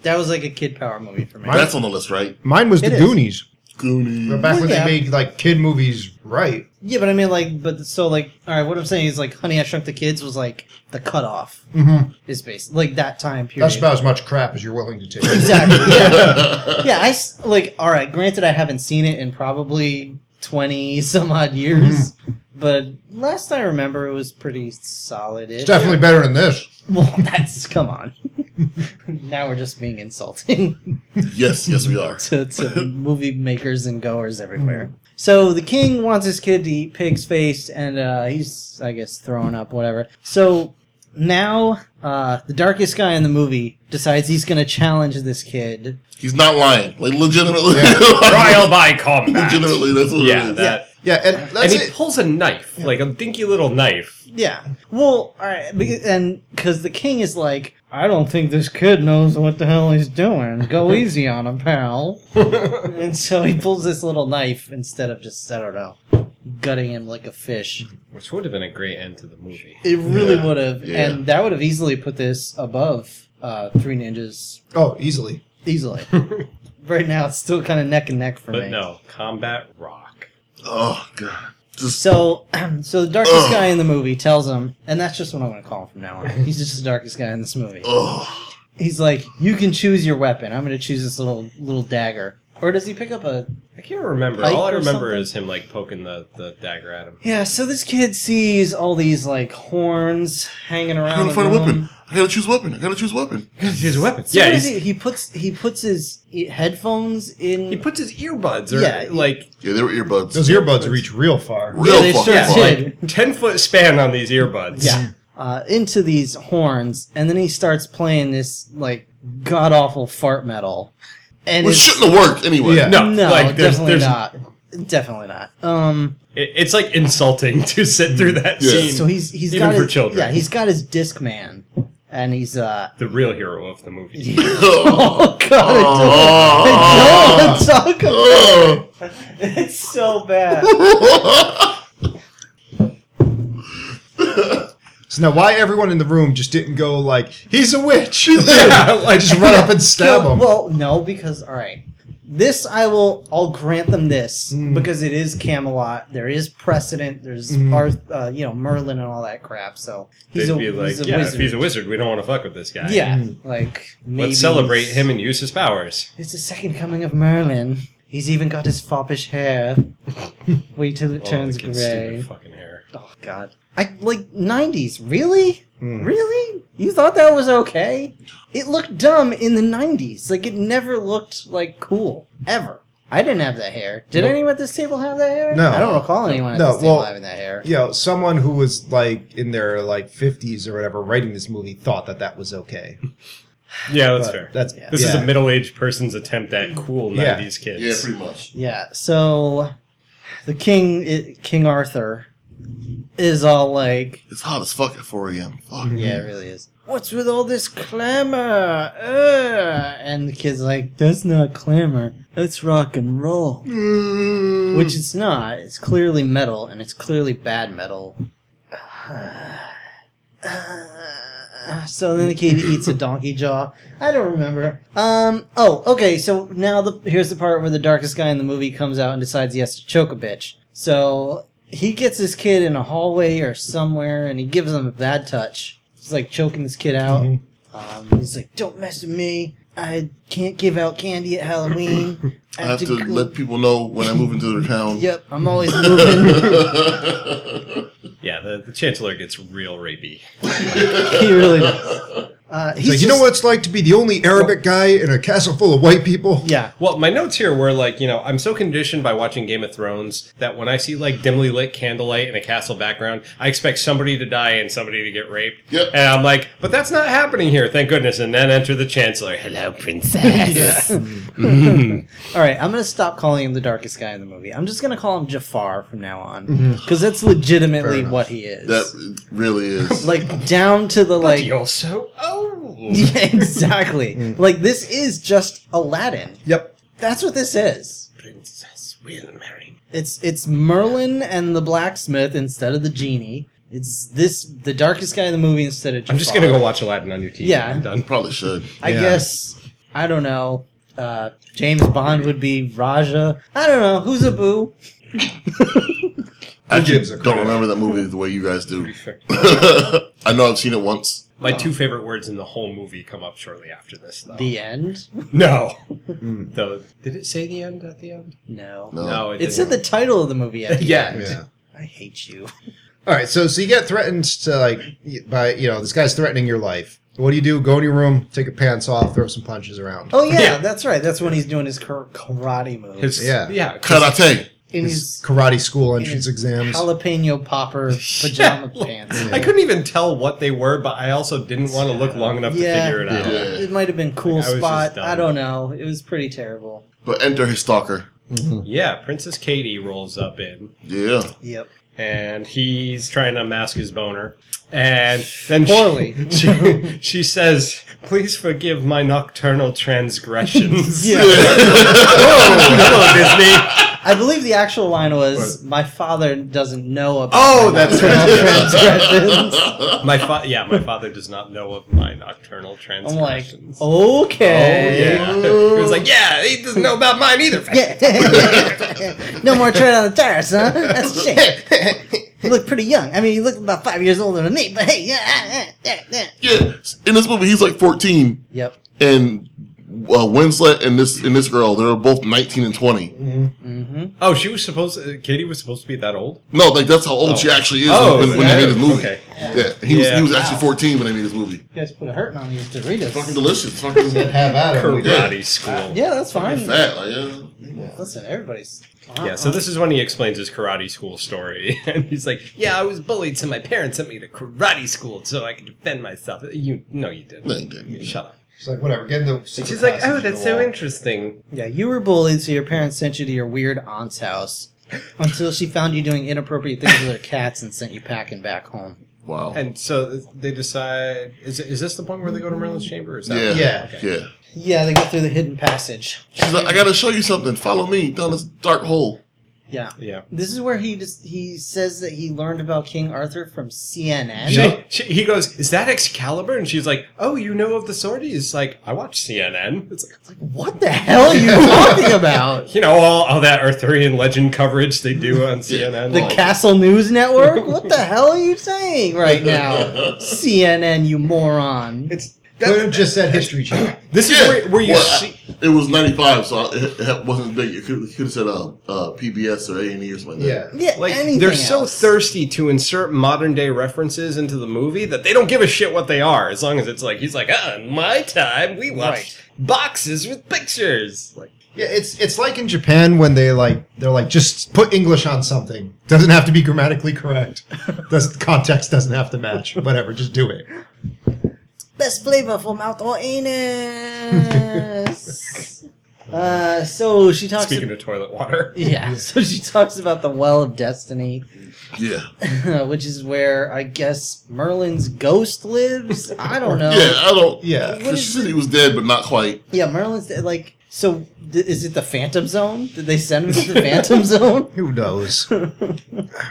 C: that was like a Kid Power movie for me.
A: That's on the list, right?
D: Mine was
C: It
D: The
C: is.
D: Goonies.
A: Goonies.
D: But back when
C: Yeah.
D: they made like kid movies, right?
C: Yeah, but I mean, like, but so, like, all right, what I'm saying is, like, Honey, I Shrunk the Kids was, like, the cutoff
D: Mm-hmm.
C: is based, like, that time period.
D: That's about as much crap as you're willing to take.
C: Exactly. Yeah. yeah, I, s- like, all right, granted, I haven't seen it in probably 20 some odd years,
D: Mm-hmm.
C: but last I remember, it was pretty solid.
D: It's definitely better than this.
C: Well, that's, come on. now we're just being insulting.
A: yes, yes, we are.
C: to, to movie makers and goers everywhere. So the king wants his kid to eat pig's face, and uh, he's, I guess, throwing up, whatever. So now uh, the darkest guy in the movie decides he's going to challenge this kid.
A: He's not lying. Like legitimately.
D: Yeah.
E: Trial by combat.
A: legitimately, that's what
E: Yeah,
A: it is.
E: that.
D: Yeah, and
E: And
D: that's
E: he
D: it.
E: pulls a knife, like a dinky little knife.
C: Yeah. Well, all right, beca- and because the king is like, I don't think this kid knows what the hell he's doing. Go easy on him, pal. and so he pulls this little knife instead of just, I don't know, gutting him like a fish.
E: Which would have been a great end to the movie.
C: It really
A: Yeah.
C: would have,
A: Yeah.
C: and that would have easily put this above uh, Three Ninjas
D: Oh, easily.
C: easily. right now, it's still kind of neck and neck for me.
E: But no, combat rock.
A: Oh god. Just
C: So, so the darkest
A: Ugh.
C: guy in the movie tells him, and that's just what I'm going to call him from now on. He's just the darkest guy in this movie.
A: oh
C: He's like, "You can choose your weapon. I'm going to choose this little little dagger." Or does he pick up a
E: I can't remember.
C: Pike
E: All I
C: or
E: remember
C: something?
E: is him like poking the, the dagger at him.
C: Yeah, so this kid sees all these like horns hanging
A: I
C: around.
A: gotta
C: the
A: find a
C: room.
A: weapon. I gotta choose weapon. I gotta choose weapon.
E: His weapons.
C: So
E: yeah,
C: what does
E: he's-
C: he, he puts he puts his e- headphones in
E: he puts his earbuds or
C: Yeah, he-
E: like
A: Yeah, they were earbuds.
D: Those earbuds reach real far.
A: real
C: Yeah, they
A: fucking
C: sure
A: far.
C: did.
E: like ten foot span on these earbuds.
C: yeah uh, into these horns and then he starts playing this like god awful fart metal and
A: Which
C: it's-
A: shouldn't have worked anyway.
D: Yeah.
E: No,
C: no
E: like there's,
C: definitely
E: there's
C: not definitely not um
E: it- it's like insulting to sit through that
A: Mm. Yeah.
E: scene.
C: so he's he's
E: even
C: got
E: for
C: his,
E: children.
C: yeah he's got his disc man and he's uh
E: the real hero of the movie.
A: Oh,
C: oh
E: Oh.
C: god I don't, I don't talk about
A: oh.
C: it. it's so bad
D: So now, why everyone in the room just didn't go like, "He's a witch"? I just run up and stab
C: No,
D: him.
C: Well, no, because all right, this I will. I'll grant them this
D: Mm.
C: because it is Camelot. There is precedent. There's Arth, uh, you know Merlin and all that crap. So he's
E: They'd
C: a,
E: be like,
C: he's a
E: yeah,
C: wizard.
E: if he's a wizard, we don't want to fuck with this guy.
C: yeah,
D: Mm.
C: like maybe
E: Let's celebrate him and use his powers.
C: It's the second coming of Merlin. He's even got his foppish hair. Wait till it
E: Oh,
C: turns
E: the kid's
C: gray.
E: Stupid fucking hair.
C: Oh God! I like '90s. Really,
D: Hmm.
C: really? You thought that was okay? It looked dumb in the '90s. Like it never looked like cool ever. I didn't have that hair. Did
D: No.
C: anyone at this table have that hair?
D: No.
C: I don't recall anyone at
D: No,
C: this table
D: well,
C: having that hair.
D: you know, someone who was like in their like 50s or whatever writing this movie thought that that was okay.
E: Yeah, that's
D: But
E: fair.
D: That's
C: Yeah.
E: this is
D: yeah.
E: a middle aged person's attempt at cool
D: Yeah.
E: 90s kids.
A: Yeah, pretty much.
C: Yeah. So, the king, i King Arthur, is all like,
A: It's hot as fuck at 4 a.m. Fuck.
C: "Yeah, it really is." What's with all this clamor? Ugh. And the kid's like, "That's not clamor. That's rock and roll." Which it's not. It's clearly metal, and it's clearly bad metal. Uh, So then the kid eats a donkey jaw. I don't remember. Um. Oh, okay. So now the here's the part where the darkest guy in the movie comes out and decides he has to choke a bitch. So he gets this kid in a hallway or somewhere, and he gives him a bad touch. He's like choking this kid out.
D: Mhm.
C: Um, he's like, "Don't mess with me. I can't give out candy at Halloween.
A: I have to let people know when I move into their town.
C: Yep, I'm always moving.
E: Yeah, the, the Chancellor gets real rapey.
C: he really does. Uh, he's
D: It's like, you know
C: just-
D: what it's like to be the only Arabic guy in a castle full of white people?
C: Yeah.
E: Well, my notes here were like, you know, I'm so conditioned by watching Game of Thrones that when I see like dimly lit candlelight and a castle background, I expect somebody to die and somebody to get raped.
A: Yep.
E: And I'm like, but that's not happening here, thank goodness. And then enter the Chancellor. Hello, princess.
C: All right, I'm gonna stop calling him the darkest guy in the movie. I'm just gonna call him Jafar from now on because that's legitimately what he is.
A: That really is.
C: like down to the like.
E: He also. Oh.
C: Yeah, exactly. like this is just Aladdin.
D: Yep.
C: That's what this is.
E: Princess will marry me.
C: It's it's Merlin and the blacksmith instead of the genie. It's this the darkest guy in the movie instead of. Jafar.
E: I'm just gonna go watch Aladdin on your TV.
C: Yeah.
E: I'm done.
A: Probably should.
C: I
D: Yeah.
C: guess I don't know. Uh, James Bond would be Raja. I don't know who's a boo.
A: I
D: gives a
A: don't
D: crap?
A: remember that movie the way you guys do. I know I've seen it once.
E: My two favorite words in the whole movie come up shortly after this, though.
C: The end? Mm.
E: no. The, did it say the end at the end?
C: No.
A: No.
E: it
C: It's in the title of the movie. I think.
E: yeah.
D: Yeah.
C: I hate you.
D: All right, so so you get threatened to like y- by you know this guy's threatening your life. What do you do? Go in your room, take your pants off, throw some punches around.
C: Oh yeah,
E: Yeah.
C: that's right. That's when he's doing his kar- karate move.
E: His,
D: Yeah.
E: yeah. Yeah. 'cause-
A: Karate.
C: in
D: His
C: his
D: karate school
C: in his
D: entrance exams.
C: jalapeno popper pajama
E: Yeah.
C: pants.
E: I couldn't even tell what they were, but I also didn't want to look long enough
C: Yeah.
E: to figure it out.
A: Yeah.
C: It might have been cool
E: Like, I was just
C: spot.
E: dumb.
C: I don't know. It was pretty terrible.
A: But enter his stalker.
E: Yeah, Princess Katie rolls up in,
A: Yeah.
C: Yep.
E: and he's trying to mask his boner. And then
C: Poorly.
E: she, she, she says, "Please forgive my nocturnal transgressions."
C: Yeah.
E: Hello, Disney.
C: I believe the actual line was, "My father doesn't know about."
E: Oh,
C: my
E: that's
C: nocturnal transgressions."
E: My fa- yeah, my father does not know of my nocturnal
C: I'm like, "Oh."
E: transgressions.
C: okay.
E: Oh, yeah. He was like, yeah, he doesn't know about mine either.
C: Yeah. no more tread on the tires, huh? That's shit. You look pretty young. I mean, you look about five years older than me, but hey, yeah, yeah, yeah, yeah.
A: yeah. In this movie, he's like 14,
C: Yep.
A: and uh, Winslet and this and this girl, they're both 19 and 20.
C: Mm-hmm.
E: Oh, she was supposed. uh, Katie was supposed to be that old.
A: No, like that's how old she actually is
E: Oh,
A: when, when
E: yeah.
A: they made this movie.
E: Okay.
A: Yeah, he was
E: Yeah.
A: he was actually 14 when they made this movie.
C: You guys put a hurting on these
A: Fucking
C: Doritos.
A: delicious. Fucking fat.
D: Have at it.
E: Karate school.
C: Yeah, that's fine.
A: Like, yeah.
C: Listen, everybody's.
E: Yeah,
A: Uh-huh.
E: so this is when he explains his karate school story. And he's like, Yeah, I was bullied, so my parents sent me to karate school so I could defend myself. You No, you didn't.
A: No, you didn't.
E: You Shut up.
D: She's like, whatever. Get in the.
E: And
D: secret
E: she's like, Oh,
D: passage in
E: that's
D: the
E: so
D: wall."
E: interesting.
C: Yeah, you were bullied, so your parents sent you to your weird aunt's house until she found you doing inappropriate things with her cats and sent you packing back home.
A: Wow.
E: And so they decide is, is this the point where they go to Merlin's chamber? Or is that
A: yeah.
D: Yeah.
A: Yeah.
C: Yeah, they go through the hidden passage.
A: She's like, I gotta show you something. Follow me down this dark hole.
C: Yeah,
E: Yeah.
C: this is where he just he says that he learned about King Arthur from CNN.
E: She, she, he goes, Is that Excalibur? And she's like, Oh, you know of the sword? He's like, I watch CNN. It's like,
C: What the hell are you talking about?
E: you know, all, all that Arthurian legend coverage they do on CNN.
C: The
E: like-
C: Castle News Network? What the hell are you saying right now? CNN, you moron.
E: It's,
D: Could have just said History Channel.
E: this is
A: Yeah.
E: where, where you
A: Well,
E: see.
A: It was 95, so it, it wasn't big. You could have said uh, uh, PBS or A&E or something like
D: Yeah.
A: that.
C: Yeah,
E: Like
C: anything
E: they're so
C: else.
E: thirsty to insert modern day references into the movie that they don't give a shit what they are, as long as it's like he's like, ah, in my time we watched boxes with pictures. Like
D: Yeah, it's it's like in Japan when they like they're like just put English on something. Doesn't have to be grammatically correct. Does context doesn't have to match. Whatever, just do it.
C: Best flavor for mouth or anus. uh, so she talks.
E: speaking of toilet water.
C: yeah, so she talks about the Well of Destiny,
A: Yeah.
C: which is where I guess Merlin's ghost lives. I don't know.
A: Yeah, I don't.
D: Yeah.
A: Because she said he was dead, but not quite.
C: Yeah, Merlin's like. So th- is it the Phantom Zone? Did they send him to the Phantom Zone?
D: Who knows?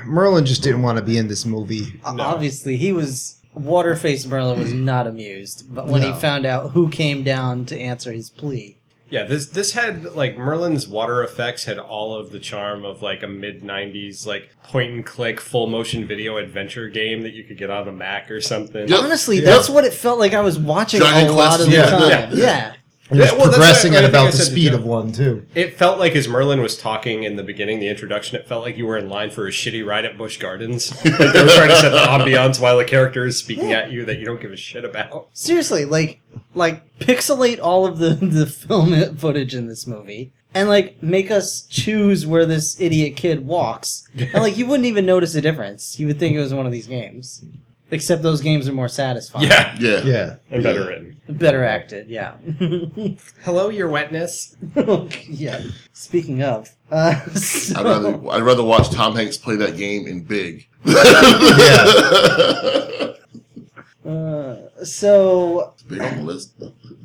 D: Merlin just didn't want to be in this movie.
C: O- Obviously, he was. Waterface Merlin was not amused, but when
D: No.
C: he found out who came down to answer his plea,
E: Yeah, this this had like Merlin's water effects had all of the charm of like a mid '90s like point and click full motion video adventure game that you could get on a Mac or something.
A: Yep.
C: honestly,
A: Yeah.
C: that's what it felt like. I was watching
A: Dragon
C: a
A: Quest,
C: lot of the
A: yeah.
C: time.
E: Yeah.
C: yeah.
D: He was
E: Yeah, well, that's
D: progressing
E: what I-
D: at
E: I think I
D: about the
E: said to
D: speed
E: Jeff.
D: of one too.
E: It felt like as Merlin was talking in the beginning, the introduction, it felt like you were in line for a shitty ride at Busch Gardens. Like they were trying to set the ambiance while a character is speaking at you that you don't give a shit about.
C: seriously like like pixelate all of the the film footage in this movie and like make us choose where this idiot kid walks and like you wouldn't even notice the difference you would think it was one of these games except those games are more satisfying
E: Yeah.
A: Yeah.
D: Yeah.
E: And better written.
C: better acted yeah
E: Hello, your wetness.
C: yeah speaking of uh so-
A: I'd rather I'd rather watch Tom Hanks play that game in Big.
C: uh, so
A: Big on the list.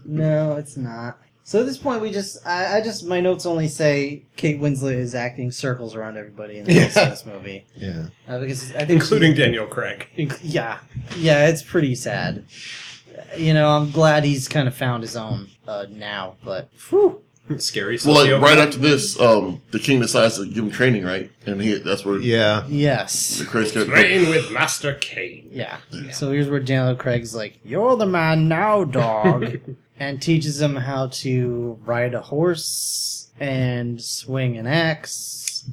C: No, it's not. So at this point, we just, I, I just, my notes only say Kate Winslet is acting circles around everybody in this, in this movie.
D: Yeah.
C: Uh, because I think
E: Including Daniel Craig.
C: she- inc- yeah. Yeah, it's pretty sad. You know, I'm glad he's kind of found his own uh, now, but whew.
E: Scary.
A: Well, like
E: sociopath.
A: right after this, um, the king decides to give him training, right? And he that's where
D: Yeah.
C: Yes.
A: the crazy character.
E: Train with Master Kane.
C: Yeah. So here's where Daniel Craig's like, "You're the man now, dog," and teaches him how to ride a horse and swing an axe.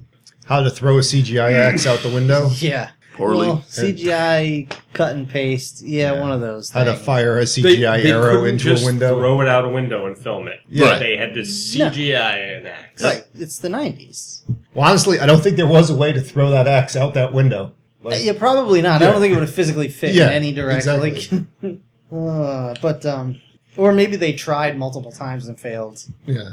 D: How to throw a CGI axe out the window.
C: Yeah.
A: Poorly.
C: Well, CGI cut and paste. Yeah, one of those.
D: How to
C: things.
D: fire a CGI arrow
E: couldn't
D: into a window.
E: Throw it out a window and film it.
D: Yeah.
E: They had to CGI an axe.
C: Right. It's the '90s.
D: Well, honestly, I don't think there was a way to throw that axe out that window. Like,
C: Uh, yeah, probably not. I
D: Yeah.
C: don't think it would have physically fit
D: Yeah,
C: in any direction.
D: exactly.
C: Like, uh, but um, or maybe they tried multiple times and failed.
D: yeah.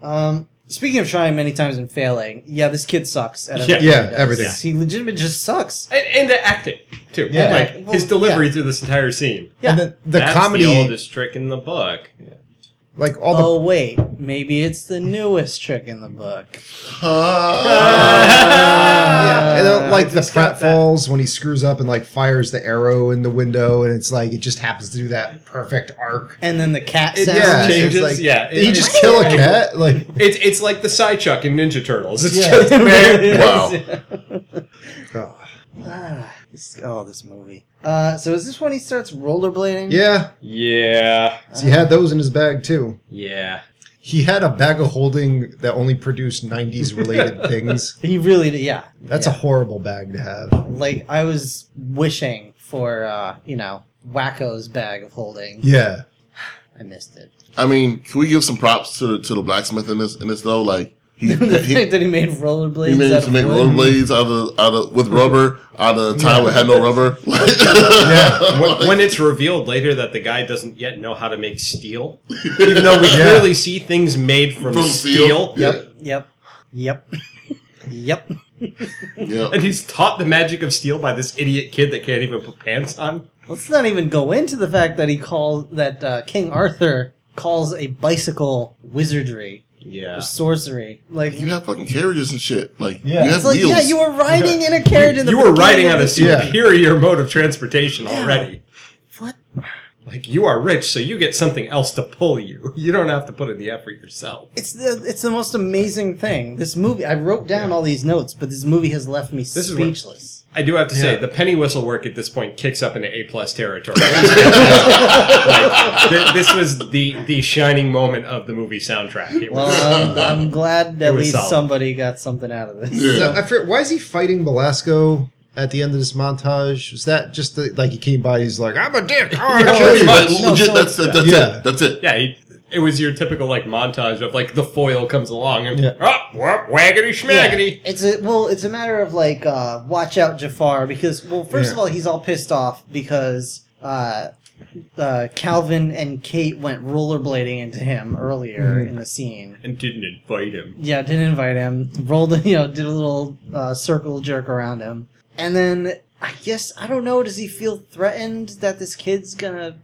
C: Um, speaking of trying many times and failing, yeah, this kid sucks. At
E: Yeah.
C: everything he
D: Yeah,
C: does.
D: everything.
C: He legitimately just sucks.
E: And, and to act it too.
D: Yeah.
E: Like
C: Well,
E: his delivery through this entire scene.
C: Yeah.
D: And then the
E: That's
D: comedy,
E: the oldest trick in the book.
D: like all the
C: Oh wait, maybe it's the newest trick in the book.
D: Yeah, and
C: Uh,
D: then,
C: I
D: like the
C: just got that.
D: pratfalls when he screws up and like fires the arrow in the window, and it's like it just happens to do that perfect arc.
C: And then the cat
E: It
C: sound.
D: yeah, it's
E: changes.
D: like-
E: yeah.
D: Did he just kill a cat? Like,
E: It's it's like the Psychuck in Ninja Turtles. It's
D: Yeah.
E: just
A: Wow.
D: oh.
C: Ah, this, oh, this movie. Uh, so is this when he starts rollerblading?
D: yeah,
E: Yeah.
D: so he had those in his bag too.
E: Yeah.
D: He had a bag of holding that only produced '90s related things.
C: He really did. Yeah.
D: That's a
C: yeah.
D: horrible bag to have.
C: like I was wishing for uh, you know Wacko's bag of holding.
D: Yeah,
C: I missed it.
A: I mean, can we give some props to the, to the blacksmith in this in this though? Like he
C: the
A: he,
C: fact that he made
A: he
C: rollerblades. out
A: managed to
C: of
A: make
C: wood.
A: rollerblades out of out of with rubber out of a time that had no rubber.
D: Yeah.
E: When, when it's revealed later that the guy doesn't yet know how to make steel,
D: even though
E: we
D: yeah.
E: clearly see things made from,
A: From
E: steel.
A: steel.
C: Yep. Yep. Yep. yep.
A: yeah.
E: And he's taught the magic of steel by this idiot kid that can't even put pants on.
C: Let's not even go into the fact that he calls that uh, King Arthur calls a bicycle wizardry or
E: Yeah.
C: sorcery. Like,
A: You have fucking carriages and shit. Like
D: Yeah.
A: you have
C: it's like
A: wheels.
C: yeah, you were riding in a carriage. In the
E: You were riding on a
C: beginning.
D: Yeah.
E: superior mode of transportation already.
C: What?
E: Like you are rich, so you get something else to pull you. You don't have to put in the effort yourself.
C: It's the it's the most amazing thing. This movie. I wrote down all these notes, but this movie has left me
E: is what-
C: speechless.
E: I do have to say
D: Yeah.
E: the penny whistle work at this point kicks up into A plus territory. Like, th- this was the the shining moment of the movie soundtrack. It was-
C: Well, I'm, I'm glad
E: It
C: at
E: was
C: least
E: solid.
C: somebody got something out of this.
D: So,
A: Yeah.
D: I forget, why is he fighting Belasco at the end of this montage? Is that just the, like he came by? He's
E: uh,
D: like, I'm a dick. Oh, I'll
A: Yeah,
D: kill you."
A: like,
C: No,
A: legit,
C: so-
A: that's it, that's
D: Yeah.
A: it. That's it.
E: yeah, he, it was your typical like montage of like the foil comes along and
D: Yeah.
E: up, whoop, waggity schmaggity.
C: It's a well, it's a matter of like uh, watch out Jafar because well, first
D: Yeah.
C: of all, he's all pissed off because uh, uh, Calvin and Kate went rollerblading into him earlier
D: Mhm.
C: in the scene.
E: And didn't invite him.
C: Yeah, didn't invite him. Rolled, you know, did a little uh, circle jerk around him, and then I guess I don't know. Does he feel threatened that this kid's gonna?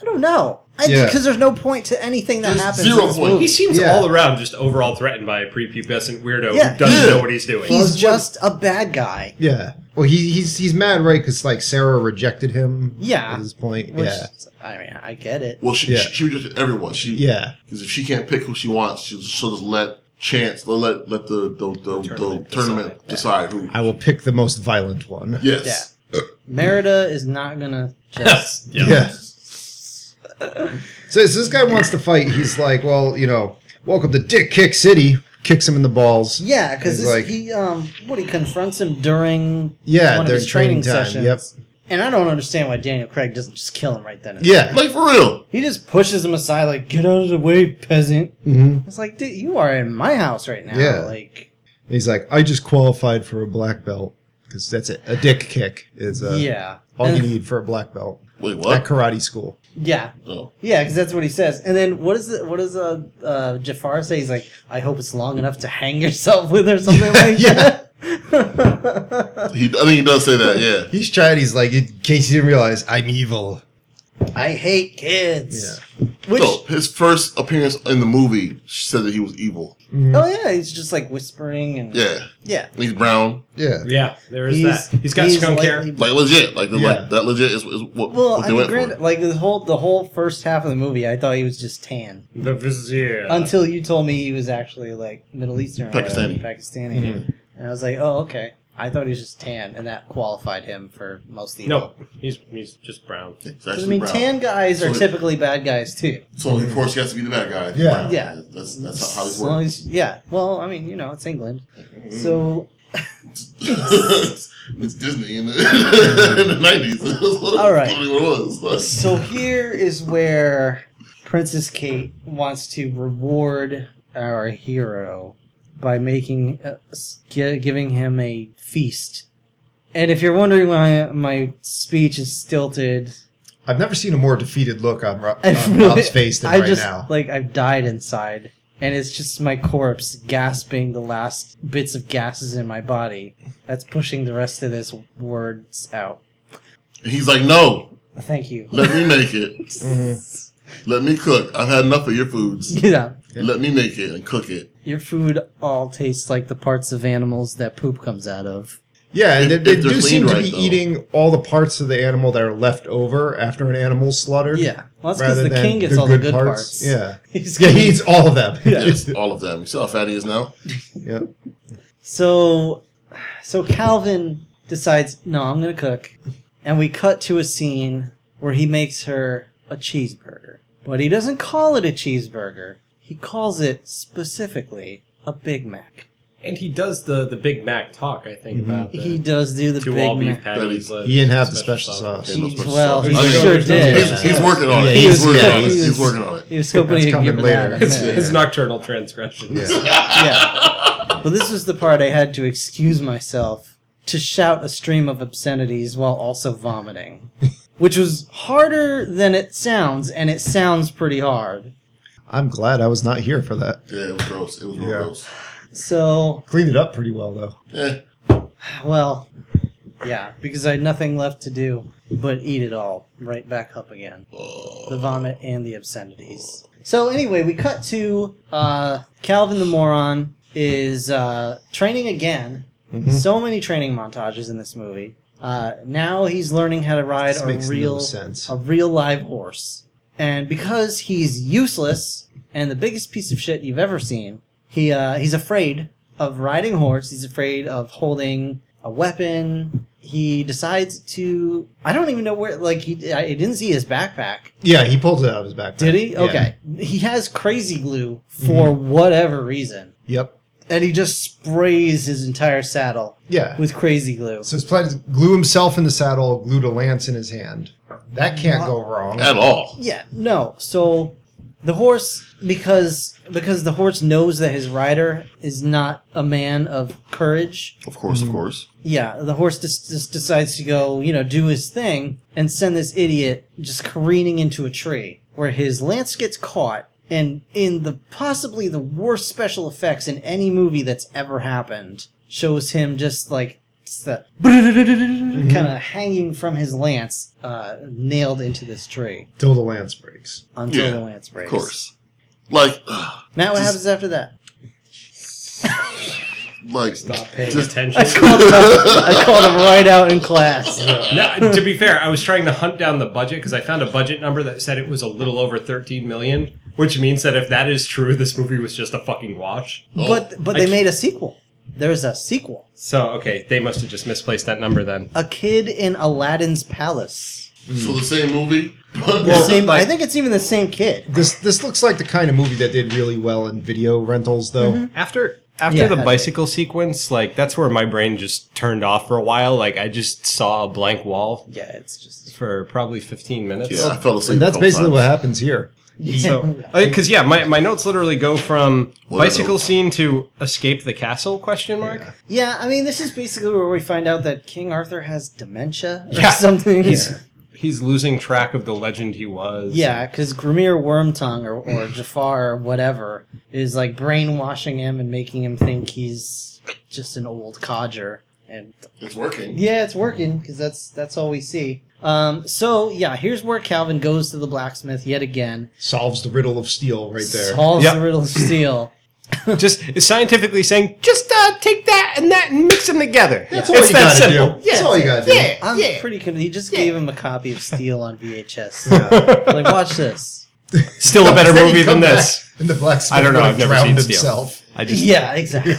C: I don't know. I
D: Yeah.
C: because there's no point to anything that
A: There's
C: happens.
A: zero
C: in this
A: point.
C: movie.
E: He seems
D: Yeah.
E: all around just overall threatened by a prepubescent weirdo
C: Yeah.
E: who doesn't
A: Yeah.
E: know what he's doing.
C: He's just a bad guy.
D: Yeah. Well, he, he's he's mad, right? Because like Sarah rejected him.
C: Yeah.
D: At this point.
C: Which,
D: yeah.
C: I mean, I get it.
A: Well, she,
D: Yeah.
A: she, she rejected everyone. She
D: Yeah.
A: Because if she can't pick who she wants, she'll, she'll just let chance, let let, let the, the, the, the
E: Tournament
A: tournament, decide who.
D: I will pick the most violent one.
A: Yes.
C: Merida is not gonna just.
E: Yeah.
D: Yeah. So, so this guy wants to fight. He's like, well, you know, welcome to Dick Kick City. Kicks him in the balls.
C: yeah,
D: He's
C: because
D: like-
C: he um, what he confronts him during
D: Yeah,
C: one of
D: during
C: his training,
D: training time,
C: sessions.
D: yep.
C: And I don't understand why Daniel Craig doesn't just kill him right then. and
D: Yeah.
A: Like for real.
C: He just pushes him aside, like "Get out of the way, peasant."
D: hmm
C: It's like, dude, you are in my house right now.
D: Yeah.
C: Like,
D: He's like, I just qualified for a black belt because that's it. A dick kick is uh,
C: yeah,
D: all you
C: And-
D: need for a black belt
A: Wait,
D: at
A: what? Oh.
D: karate school.
C: yeah,
A: No.
C: yeah, because that's what he says. And then what is it? What does uh, uh, Jafar say? He's like, "I hope it's long enough to hang yourself with," or something like
D: Yeah.
C: that.
A: He, I think he does say that. Yeah.
D: He's trying. He's like, in case you didn't realize, I'm evil.
C: I hate kids.
D: Yeah.
C: Which
A: no, his first appearance in the movie she said that he was evil.
C: oh yeah, he's just like whispering and
A: Yeah,
C: yeah.
A: he's brown.
D: Yeah.
E: Yeah, there is that. He's got skunk hair.
C: lightly-
A: Like legit, like, the,
E: Yeah.
A: like that legit is, is what,
C: Well,
A: what
C: I
A: they
C: mean,
A: went
C: granted,
A: for.
C: like the whole the whole first half of the movie, I thought he was just tan
E: The vizier.
C: until you told me he was actually like Middle Eastern, or whatever,
A: Pakistani.
C: Pakistani,
E: Mm-hmm.
C: and I was like, oh okay. I thought he was just tan, and that qualified him for most evil.
E: no, he's he's just brown.
A: It's
C: 'Cause,
A: actually
C: I mean,
A: brown.
C: tan guys are
A: So-
C: typically bad guys too.
A: So of course he has to be the bad guy.
D: Yeah.
A: Brown.
C: Yeah.
A: That's that's how
C: As
A: it
C: long
A: works. Mm-hmm.
C: as- yeah. Well, I mean, you know, it's England, so
A: it's, it's Disney in the, in the 90s. That's what-
C: All right.
A: that's what it was.
C: So here is where Princess Kate wants to reward our hero by making uh, s- gi- giving him a feast. And if you're wondering why my speech is stilted,
D: I've never seen a more defeated look on, Ro-
C: I
D: on
C: really-
D: Rob's face than
C: I
D: right
C: just
D: now.
C: like I've died inside, and it's just my corpse gasping the last bits of gases in my body. That's pushing the rest of this words out.
A: And He's like, no,
C: Thank you.
A: let me make it. Let me cook. I've had enough of your foods.
C: yeah.
A: Let me make it and cook it.
C: Your food all tastes like the parts of animals that poop comes out of.
D: Yeah, and they,
A: If-
D: they
A: if they're
D: do seem
A: cleaned
D: to
A: right,
D: be
A: though.
D: eating all the parts of the animal that are left over after an animal's slaughtered.
C: Yeah. Well, that's because the king gets all the good parts.
D: Yeah.
C: He's
D: Yeah, he eats all of them.
C: Yeah.
A: Yes, all of them. You see how fat he is now?
D: yeah.
C: So, so Calvin decides, no, I'm gonna cook, and we cut to a scene where he makes her a cheeseburger, but he doesn't call it a cheeseburger. He calls it specifically a Big Mac.
E: And he does the, the Big Mac talk, I think,
D: Mhm.
E: about the
C: He does do the
E: two all
C: Big
E: beef
C: Mac.
E: patties. uh,
D: He didn't have the special sauce.
A: Yeah, no special
C: well,
A: sauce.
C: he
A: I mean,
C: sure
A: he's-
C: did.
A: He's, he's working on
D: Yeah,
A: it. He's,
D: he's-
A: working
D: yeah,
A: on it.
D: he
A: He's,
C: was-
A: working on it.
C: He was hoping
D: That's
C: he'd
D: coming
C: give her that.
D: later.
C: in a minute.
E: His nocturnal transgressions.
D: Yeah.
C: yeah. But this was the part I had to excuse myself to shout a stream of obscenities while also vomiting, which was harder than it sounds, and it sounds pretty hard.
D: I'm glad I was not here for that.
A: Yeah, it was gross. It was real
D: Yeah.
A: gross.
C: So,
D: Cleaned it up pretty well though.
A: Yeah.
C: well, yeah, because I had nothing left to do but eat it all right back up again. the vomit and the obscenities. So anyway, we cut to uh, Calvin the moron is uh, training again.
D: Mm-hmm.
C: So many training montages in this movie. Uh, now he's learning how to ride
D: This
C: a
D: makes no
C: real um,
D: sense.
C: a real live horse, and because he's useless and the biggest piece of shit you've ever seen, he uh, he's afraid of riding horse. He's afraid of holding a weapon. He decides to. I don't even know where. Like he, I I didn't see his backpack.
D: Yeah, he pulled it out of his backpack.
C: Did he?
D: Yeah.
C: Okay. Mm-hmm. He has crazy glue for whatever reason.
D: Yep.
C: And he just sprays his entire saddle
D: Yeah.
C: with crazy glue.
D: So his plan is glue himself in the saddle, glued a lance in his hand. That can't go wrong.
A: At all.
C: Yeah, no. So the horse because because the horse knows that his rider is not a man of courage.
A: Of course,
D: Mm-hmm.
A: of course.
C: Yeah, the horse just, just decides to go, you know, do his thing and send this idiot just careening into a tree where his lance gets caught and in the possibly the worst special effects in any movie that's ever happened shows him just like just the kind of hanging from his lance uh, nailed into this tree
D: Till the lance breaks.
C: until
A: Yeah,
C: the lance breaks.
A: Of course. Like,
C: Now what happens after that?
A: like,
E: Stop paying
A: Just-
E: attention.
C: I called him out- I called him right out in class.
A: Oh,
E: No, to be fair, I was trying to hunt down the budget because I found a budget number that said it was a little over 13 million, which means that if that is true, this movie was just a fucking wash.
A: oh,
C: But but
E: I
C: they
E: ca-
C: made a sequel. There's a sequel.
E: So, okay, they must have just misplaced that number then.
C: A Kid in Aladdin's Palace.
A: so the same movie.
C: The
A: Well,
C: same,
E: like-
C: I think it's even the same kid.
D: This this looks like the kind of movie that did really well in video rentals though.
C: Mm-hmm.
E: After after
C: Yeah,
E: the
C: that's
E: bicycle sequence, like that's where my brain just turned off for a while. Like I just saw a blank wall
C: Yeah, it's just.
E: for probably 15 minutes.
A: yeah, I fell asleep.
D: And
A: a
D: that's
A: couple
D: basically what
A: times.
D: happens here.
E: So, because Oh, yeah, my, my notes literally go from
A: What are
E: bicycle
A: those?
E: scene to escape the castle question mark.
D: Yeah.
C: Yeah, I mean, this is basically where we find out that King Arthur has dementia or
E: Yeah.
C: something.
E: He's he's losing track of the legend he was.
C: Yeah, because Grimir Wormtongue or,
A: Mm.
C: or Jafar or whatever is like brainwashing him and making him think he's just an old codger. And
A: It's working.
C: yeah, it's working because that's that's all we see. Um, so yeah, here's where Calvin goes to the blacksmith yet again.
D: Solves the riddle of steel right there.
C: Solves
E: Yep.
C: the riddle of steel.
E: just scientifically saying, just uh, take that and that and mix them together.
D: That's all you gotta do. That's all you gotta do.
C: I'm
F: Yeah.
C: pretty convinced he just gave him a copy of Steel on VHS. Like, watch this.
E: Still a better
D: Then
E: movie
D: you come
E: than this.
D: back And the blacksmith
E: I don't know,
D: would
E: I've
D: have
E: never
D: drowned
E: seen Steel.
D: himself.
E: I just
C: Yeah, exactly.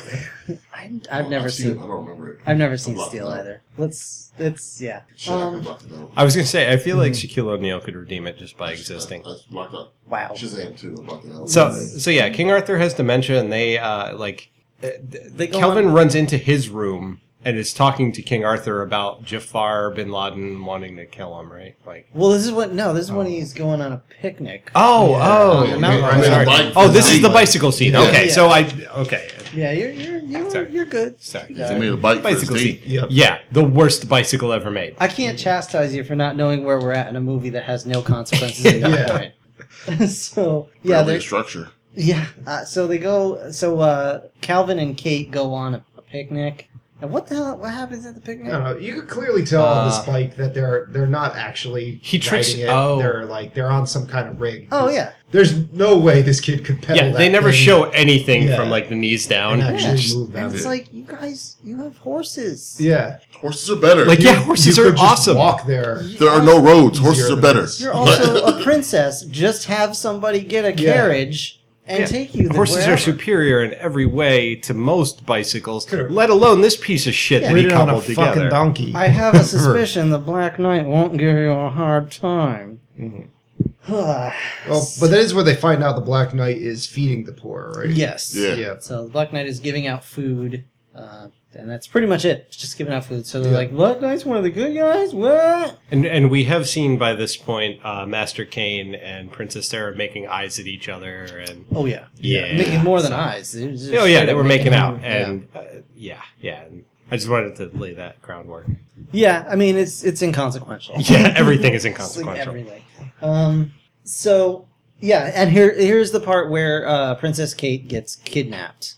C: I'm, I've never
A: I
C: seen.
A: don't remember it.
C: I've never seen
A: I'm locked
C: Steel
A: out.
C: either. Let's. It's yeah.
A: Shit, I'm
C: Um,
A: locked out.
E: I was gonna say, I feel like Shaquille O'Neal could redeem it Hmm. just by existing.
A: That's locked out.
C: wow.
A: Shazam too. I'm locked out.
E: So, so yeah, King Arthur has dementia, and they uh, like uh, th-
C: They go
E: Kelvin
C: on-
E: runs into his room and is talking to King Arthur about Jafar bin Laden wanting to kill him, right? Like,
C: Well, this is what. No, this is when he's going on a picnic.
E: oh, oh,
A: Yeah,
E: the mountain-
A: yeah,
E: I'm
A: yeah,
E: sorry.
A: bike-
E: oh, this is the
A: bike.
E: bicycle scene.
A: Yeah.
E: Okay,
C: Yeah.
E: so I okay,
C: Yeah, you're you're you're,
E: Sorry.
C: you're good.
E: sorry.
C: Yeah.
A: They made a bike for his
E: Bicycle
A: date.
E: scene. Yeah, the worst bicycle ever made.
C: I can't chastise you for not knowing where we're at in a movie that has no consequences at that point. so yeah,
A: Really
C: they're,
A: a structure.
C: yeah. Uh, so they go. So uh, Calvin and Kate go on a, a picnic. And what the hell? What happens at the
D: I
C: picnic?
D: don't know. You could clearly tell on
E: Uh,
D: this bike that they're they're not actually
E: He tricks-
D: riding it.
E: oh.
D: They're like they're on some kind of rig.
C: Oh yeah.
D: There's no way this kid could pedal.
E: Yeah,
D: that
E: they never
D: thing
E: show anything
D: Yeah.
E: from like the knees
D: and
E: down.
D: actually
C: Yeah.
D: move that.
C: And it's
A: Yeah.
C: like you guys, you have horses.
D: Yeah,
A: Horses are better.
E: Like,
A: Like
E: yeah, horses
D: You
E: are
D: could just
E: awesome.
D: Walk there.
A: there are no roads. Horses
D: Easier
A: are
D: than
A: better.
D: this.
C: You're also a princess. Just have somebody get a
D: Yeah.
C: carriage and
E: Yeah.
C: take you.
E: Horses are
C: wherever.
E: superior in every way to most bicycles,
D: Could've-
E: let alone this piece of shit
C: Yeah.
E: that he
D: Ridden on a
E: cobbled
D: fucking
E: together.
D: donkey.
C: I have a suspicion the Black Knight won't give you a hard time.
D: well, but that is where they find out the Black Knight is feeding the poor, right?
C: yes.
A: Yeah.
D: Yeah.
C: So the Black Knight is giving out food, uh, and that's pretty much it. It's just giving out food. So they're
D: Yeah.
C: like, Black Knight's one of the good guys. What?
E: And, and we have seen by this point uh, Master Kane and Princess Sarah making eyes at each other, and
C: Oh yeah,
E: yeah,
C: making more than eyes. It was just
E: oh yeah,
C: straight
E: they
C: up
E: were making out,
C: Yeah.
E: and uh, yeah, yeah. And I just wanted to lay that groundwork.
C: Yeah, I mean it's it's inconsequential.
E: Yeah, everything
C: It's
E: is
C: like
E: inconsequential.
C: everything. Um, so yeah, and here here's the part where uh, Princess Kate gets kidnapped.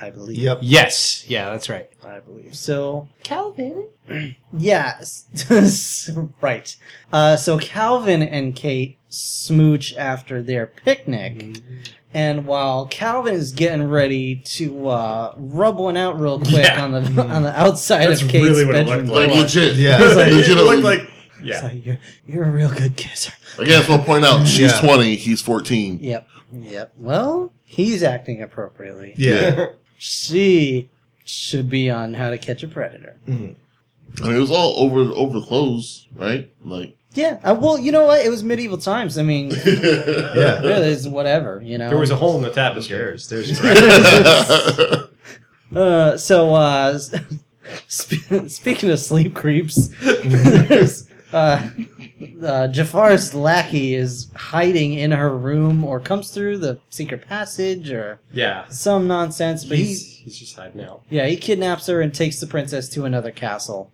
C: I believe.
D: Yep.
E: Yes, yeah, that's right.
C: I believe. So Calvin. yes, right. Uh, so Calvin and Kate smooch after their picnic,
E: Mm-hmm.
C: and while Calvin is getting ready to uh, rub one out real quick
E: Yeah. Mm-hmm.
C: on the on the outside
E: That's
C: of Kate's
E: really what it
C: bedroom
E: looked
A: Like
C: door.
A: legit.
D: Yeah.
A: It's
D: It
A: legitimately.
C: It's like, you're, you're a real good kisser.
A: I guess we'll point out she's
D: Yeah.
A: 20, he's 14.
C: Yep. Yep. Well, he's acting appropriately.
D: Yeah.
C: She should be on How to Catch a Predator.
A: I mean, it was all over over the clothes, right? Like,
C: Yeah. Uh, well, you know what? It was medieval times. I mean,
D: yeah.
C: really, it's whatever. You know.
E: There was a hole in the tapestry.
D: There's there's
C: Uh, so, uh, sp- speaking of sleep creeps, there's, uh, uh, Jafar's lackey is hiding in her room or comes through the secret passage or
E: Yeah,
C: some nonsense, but
E: he's
C: he,
E: he's just hiding out.
C: yeah, he kidnaps her and takes the princess to another castle.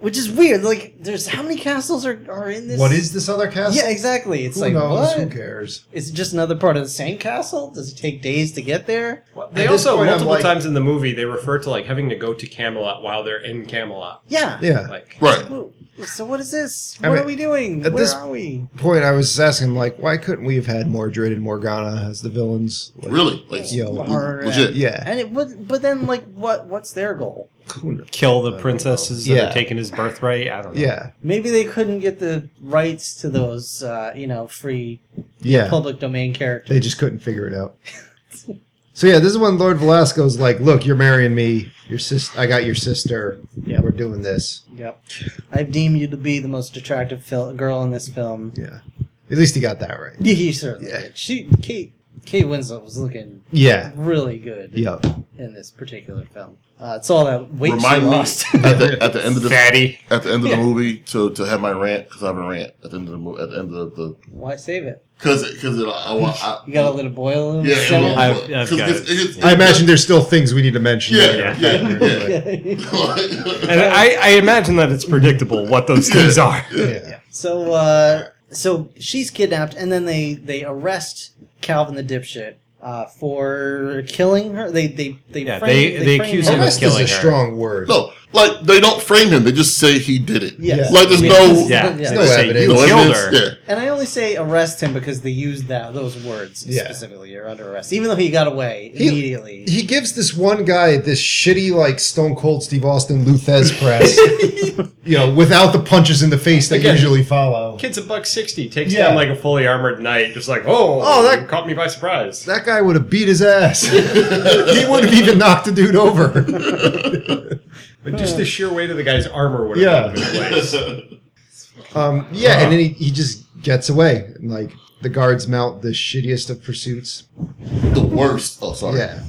C: Which is weird. Like, there's how many castles are, are in this?
D: what is this other castle?
C: Yeah, exactly. It's
D: Who
C: like,
D: knows?
C: what?
D: Who cares?
C: Is it just another part of the same castle? Does it take days to get there?
E: Well, they
D: At this
E: also
D: point, I'm
E: multiple
D: like-
E: times in the movie they refer to like having to go to Camelot while they're in Camelot.
C: Yeah.
D: Yeah.
E: Like
A: right.
C: Whoa, So what is this?
D: I
C: What
D: mean,
C: are we doing?
D: at
C: Where
D: this-
C: are we?
D: Point. I was asking him like, why couldn't we have had Mordred and Morgana as the villains? Like,
A: Really? Like,
D: Yo.
A: le- legit.
D: Yeah.
C: And it but, but then like what what's their goal?
E: kill the princesses that
D: Yeah.
E: are taking his birthright. I don't know.
D: Yeah.
C: Maybe they couldn't get the rights to those uh, you know free
D: Yeah.
C: public domain characters.
D: They just couldn't figure it out. So yeah, this is when Lord Velasco's like, "Look, you're marrying me. Your sis, I got your sister.
C: Yeah.
D: We're doing this."
C: Yep. I deem you to be the most attractive fil- girl in this film.
D: Yeah, at least he got that right.
C: Yeah, he certainly
D: Yeah.
C: did. She Kate Kate Winslet was looking
D: Yeah,
C: really good
D: yeah.
C: in this particular film. Uh, it's all that weight
A: Remind
C: she
A: me
C: lost.
A: at the, at the end of the
E: Fatty.
A: at the end of
C: Yeah.
A: the movie to, to have my rant because I have a rant at the end of the movie at the end of the
C: Why save it?
A: because because I, I, want- I
C: You gotta let it boil a little
A: yeah
C: bit.
A: it will-
E: I've- I've
A: 'cause
E: got
A: it's-
E: it.
A: it's-
D: I imagine there's still things we need to mention.
A: yeah
D: later.
A: yeah yeah.
C: Okay.
E: And I, I imagine that it's predictable what those things are.
D: yeah.
C: So uh, so she's kidnapped, and then they they arrest Calvin the dipshit uh, for killing her. They they they
E: Yeah,
C: frame-
E: they- they
C: frame
E: accuse
C: him.
E: him of
D: Arrest is
E: killing
D: a
E: her.
D: strong word.
A: No, Like they don't frame him; they just say he did it.
C: Yes.
A: Like there's
C: I mean,
A: no,
E: Yeah,
C: Yeah.
E: They
D: No
E: say
D: evidence.
E: you
A: no
E: killed
A: evidence.
E: her.
A: Yeah.
C: And I only say arrest him because they used that those words
D: Yeah.
C: specifically. You're under arrest, even though he got away
D: He-
C: immediately.
D: He gives this one guy this shitty, like Stone Cold Steve Austin Luthez press, you know, without the punches in the face that
E: Again.
D: usually follow.
E: Kid's a buck sixty, takes
D: Yeah.
E: down like a fully armored knight, just like
D: Oh,
E: oh, oh,
D: that-
E: that caught me by surprise.
D: That guy would have beat his ass. he would have even knocked the dude over.
E: but just the sheer weight of the guy's armor would
D: Yeah.
E: have been in place.
D: Um, yeah, and then he, he just gets away. And, like, the guards mount the shittiest of pursuits.
A: The worst. Oh, sorry.
D: Yeah.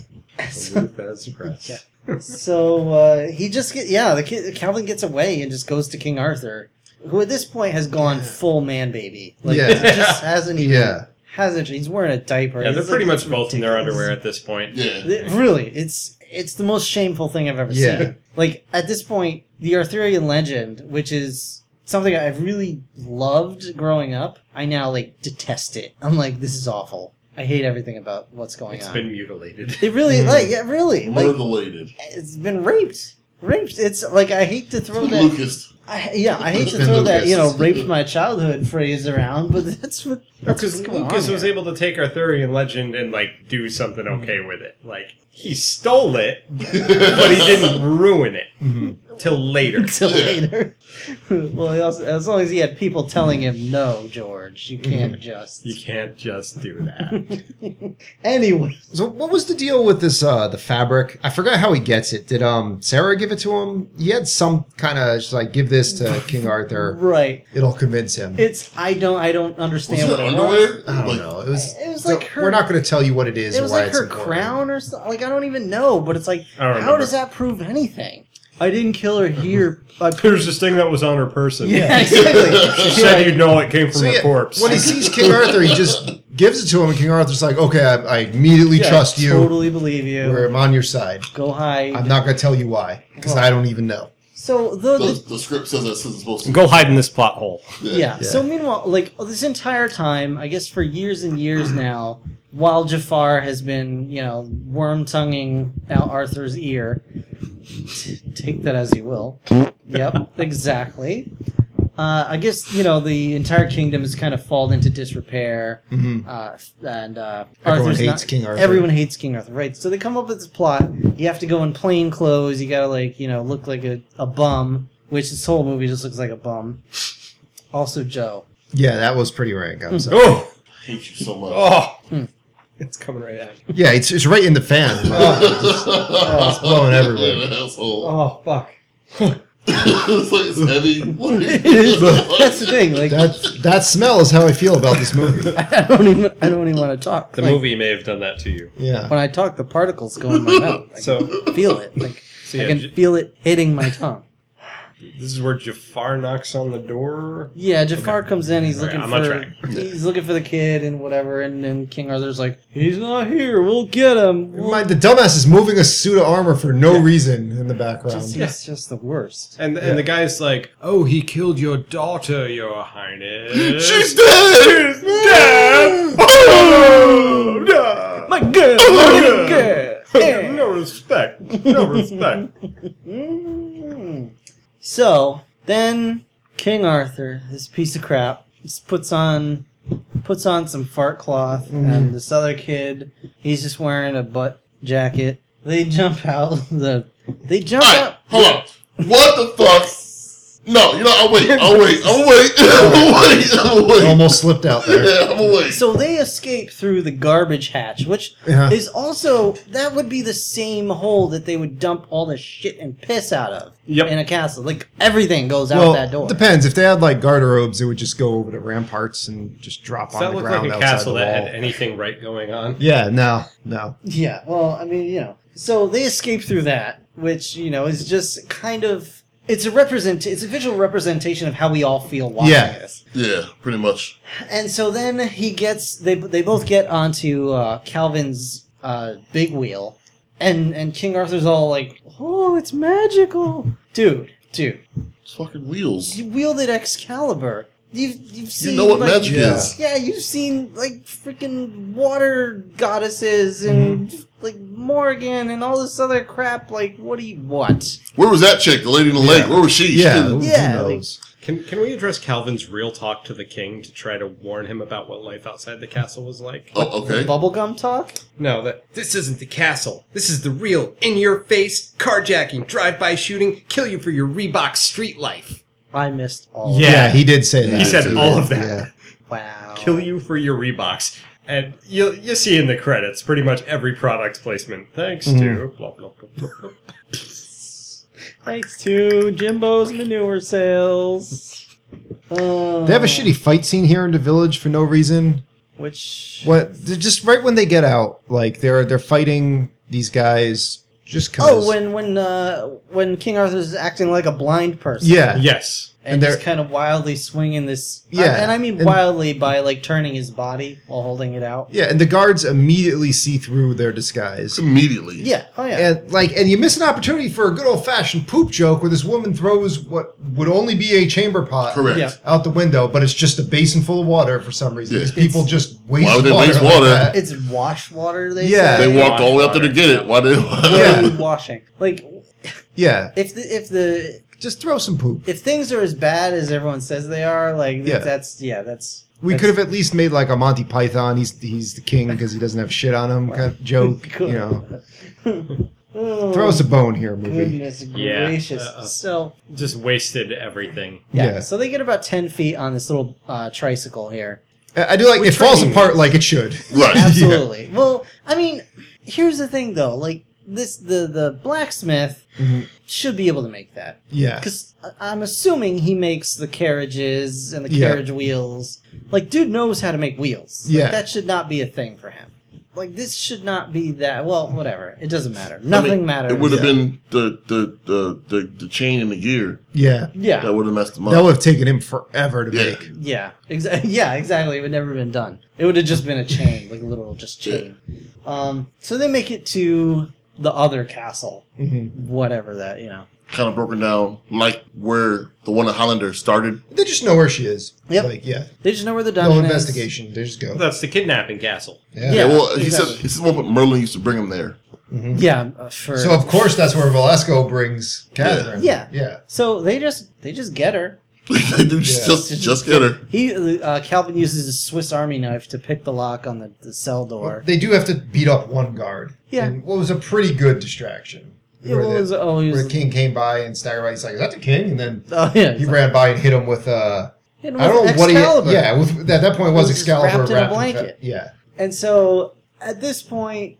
C: so
E: By surprise.
C: Yeah. so, uh, he just get yeah. The kid, Calvin gets away and just goes to King Arthur, who at this point has gone full man baby. Like
D: Yeah.
C: he just hasn't even
D: Yeah.
C: hasn't. He's wearing a diaper.
E: Yeah, they're
C: It's
E: pretty
C: like-
E: much both in their underwear at this point.
A: Yeah.
C: It- really, it's it's the most shameful thing I've ever
D: Yeah.
C: seen. Like at this point, the Arthurian legend, which is something I've really loved growing up, I now like detest it. I'm like, this is awful. I hate everything about what's going
E: It's
C: on.
E: been mutilated.
C: it really,
D: Mm.
C: like, yeah, really, like,
A: Mutilated.
C: it's been raped, raped. It's like I hate to throw that.
A: Lucas.
C: I, yeah, I hate to
D: Been
C: throw that you know
A: Lucas.
C: raped my childhood phrase around, but that's what that's
E: Because
C: what's going
E: Lucas
C: on
E: was
C: here.
E: able to take Arthurian legend and like do something okay with it. Like he stole it, but he didn't ruin it
D: Mm-hmm.
E: till later.
C: till later. well, he also, as long as he had people telling him, "No, George, you can't just."
E: Mm-hmm. You can't just do that.
C: anyway,
D: So what was the deal with this uh the fabric? I forgot how he gets it. Did um Sarah give it to him? He had some kind of just like give this to King Arthur.
C: right?
D: It'll convince him.
C: It's I don't I don't
A: Was
C: understand
A: it
C: what it was.
A: underwear?
D: I don't
A: Like,
D: know. It was
C: It was
D: so
C: like her.
D: we're not going to tell you what it is.
C: it
D: or
C: was
D: why
C: like
D: it's
C: her
D: important.
C: crown or something. Like I don't even know, but it's like
E: I don't
C: how
E: remember. Mm-hmm.
C: does that prove anything? I didn't kill her here. I put
E: Here's this thing that was on her person.
C: yeah, exactly.
E: She
C: Yeah,
E: said you'd know it came from
D: So
E: her
D: yeah,
E: corpse.
D: when he sees King Arthur, he just gives it to him, and King Arthur's like, "Okay, I, I immediately
C: yeah,
D: trust you.
C: Totally believe you.
D: We're- I'm on your side.
C: Go hide.
D: I'm not going to tell you why because I don't even know."
C: so the, the
A: The, the script says that's supposed to.
E: Go hide in this plot hole.
C: yeah.
D: Yeah.
C: So meanwhile, like this entire time, I guess for years and years now, while Jafar has been, you know, worm tonguing out Arthur's ear, t- take that as you will. yep, exactly. Uh, I guess you know the entire kingdom has kind of fallen into disrepair, uh, f- and uh,
D: Mm-hmm. Everyone
C: Arthur's
D: hates
C: not-
D: King Arthur.
C: Everyone hates King Arthur, right? So they come up with this plot. You have to go in plain clothes. You gotta like you know look like a, a bum, which this whole movie just looks like a bum. Also, Joe.
D: Yeah, that was pretty rank.
C: Hmm.
D: I'm sorry.
E: Oh,
A: I hate you so much.
E: oh, it's coming right at me.
D: Yeah, it's it's right in the fan.
A: it's
D: blowing everywhere.
C: Oh fuck!
A: it's like it's heavy. What is
C: That's the thing. Like
D: that that smell is how I feel about this movie.
C: I don't even I don't even want to talk.
E: The
C: Like,
E: movie may have done that to you.
D: Yeah.
C: When I talk, the particles go in my mouth. I
E: So,
C: can feel it. Like
E: so
C: I
E: yeah,
C: can
E: J-
C: feel it hitting my tongue.
E: this is where Jafar knocks on the door.
C: Yeah, Jafar comes in. He's
E: Alright,
C: looking
E: I'm on
C: for
E: track.
C: he's looking for the kid and whatever. And then King Arthur's like, he's not here. We'll get him. We'll-"
D: My, the dumbass is moving a suit of armor for no reason in the background.
C: Just- It's just the worst.
E: And,
D: Yeah.
E: and the guy's like, "Oh, he killed your daughter, your highness."
A: She's dead. She's
E: dead!
A: Oh,
E: no,
C: My girl,
E: my
C: girl.
E: no respect, no respect.
C: Mm. So then King Arthur, this piece of crap, just puts on puts on some fart cloth,
A: Mm-hmm.
C: and this other kid, he's just wearing a butt jacket. They jump out the they jump
A: All right,
C: out.
A: hold on. What the fuck? No, you know, I'll wait. I'll wait. I'll wait. I'll wait. I'll
D: It
A: wait.
D: almost slipped out there.
A: Yeah, I'm away.
C: So they escape through the garbage hatch, which
D: Yeah.
C: is also that would be the same hole that they would dump all the shit and piss out of
E: Yep.
C: in a castle. Like everything goes out that
D: Well,
C: door.
D: depends. If they had like garderobes, it would just go over the ramparts and just drop
E: Does
D: on
E: that
D: the
E: look
D: ground
E: like a
D: outside
E: castle
D: the
E: that
D: wall.
E: had anything right going on?
D: yeah, no, no.
C: Yeah, well, I mean, you know, so they escape through that, which you know is just kind of it's a represent it's a visual representation of how we all feel watching
D: Yeah.
C: this.
A: Yeah, pretty much.
C: And so then he gets they they both get onto uh, Calvin's uh, big wheel, and and King Arthur's all like, "Oh, it's magical, dude, dude!
A: It's fucking wheels.
C: You wielded Excalibur." You've, you've
A: You
C: seen
A: know what
C: like,
A: magic
D: Yeah.
A: is.
C: Yeah, you've seen like freaking water goddesses and like Morgan and all this other crap. Like, what do you want?
A: Where was that chick, the lady in the lake?
D: Yeah.
A: Where was she? She
D: Yeah,
A: didn't-
D: who
C: Yeah,
D: knows?
E: Can can we address Calvin's real talk to the king to try to warn him about what life outside the castle was like?
A: Oh, okay.
C: Bubblegum talk?
E: No, that this isn't the castle. This is the real in-your-face carjacking, drive-by shooting, kill you for your Reebok street life.
C: I missed all. of
E: Yeah.
C: it.
D: he did say that.
E: He said
A: too.
E: all of that.
D: Yeah.
C: Wow.
E: Kill you for your Reeboks. And you you see in the credits pretty much every product placement. Thanks
D: Mm-hmm.
E: to blah, blah, blah, blah, blah.
C: Thanks to Jimbo's manure sales. Uh,
D: They have a shitty fight scene here in the village for no reason.
C: Which
D: What? they're Just right when they get out, like they're they're fighting these guys just cause.
C: Oh, when when uh, when King Arthur's acting like a blind person.
D: yeah,
E: Yes.
C: and
D: And
C: just
D: they're-
C: kind of wildly swinging this.
D: Yeah,
C: and I mean
D: and-
C: wildly by like turning his body while holding it out.
D: yeah, and the guards immediately see through their disguise.
A: Immediately.
C: Yeah, oh yeah.
D: And like, and you miss an opportunity for a good old fashioned poop joke where this woman throws what would only be a chamber pot
A: Correct.
C: Yeah.
D: out the window, but it's just a basin full of water for some reason.
A: Yeah.
D: These people just waste
A: Why would they
D: water.
A: waste
D: like
A: water?
D: that.
C: it's wash water. They
D: Yeah.
A: They
C: say.
A: walked all the way up there to get it. Why did?
C: What
D: Yeah.
C: are you washing? Like
D: yeah,
C: if the if the
D: just throw some poop.
C: if things are as bad as everyone says they are, like
D: Yeah.
C: that's yeah, that's
D: We
C: that's-
D: could have at least made like a Monty Python. He's he's the king because he doesn't have shit on him kind of joke. You know,
C: Oh,
D: throw us a bone here, movie.
C: goodness
E: Yeah.
C: gracious.
E: Uh-uh.
C: So
E: Just wasted everything.
C: yeah.
D: Yeah.
C: so they get about ten feet on this little uh, tricycle here.
D: I I do like it falls apart like it should.
A: Right.
C: Absolutely. Well, I mean, here's the thing though. Like this, the the blacksmith
D: Mhm.
C: should be able to make that
D: Yeah,
C: because I'm assuming he makes the carriages and the
D: Yeah.
C: carriage wheels. Like, dude knows how to make wheels. Like,
D: Yeah.
C: that should not be a thing for him. Like, this should not be that. Well, whatever. It doesn't matter. Nothing matters.
A: It would have
D: Yeah.
A: been the the, the the the chain and the gear
D: yeah.
C: Yeah.
A: that would have messed them
D: That
A: up.
D: would have taken him forever to
A: Yeah.
D: make.
C: Yeah, exactly. Yeah, exactly. It would never been done. It would have just been a chain, like a literal just chain. Um, so they make it to the other castle,
D: hmm
C: whatever that you know.
A: Kind of broken down, like where the one in Highlander started.
D: They just know where she is.
C: Yep.
D: Like, yeah.
C: They just know where the
D: No
C: dungeon is.
D: investigation. They just go.
E: That's the kidnapping castle.
D: Yeah.
A: Yeah.
C: Yeah,
A: well, he
C: exactly.
A: said he said one point Merlin used to bring him there.
D: Mhm.
C: Yeah, uh, for
D: So of course that's where Velasco brings Catherine.
C: Yeah.
D: Yeah.
C: So they just they just get her.
A: they do just,
D: Yeah.
A: just just get her.
C: He uh, Calvin uses his Swiss Army knife to pick the lock on the, the cell door.
D: They do have to beat up one guard.
C: Yeah.
D: And what was a pretty good distraction.
C: It
D: Where the-
C: was oh, he was,
D: where the king came by and staggered by. He's like, "Is that the king?" And then
C: oh yeah.
D: he ran by and hit him with uh,
C: And
D: I don't know what he.
C: Excalibur.
D: Yeah, with, at that point it was,
C: It was just
D: Excalibur
C: wrapped in a blanket.
D: fe- yeah,
C: And so at this point,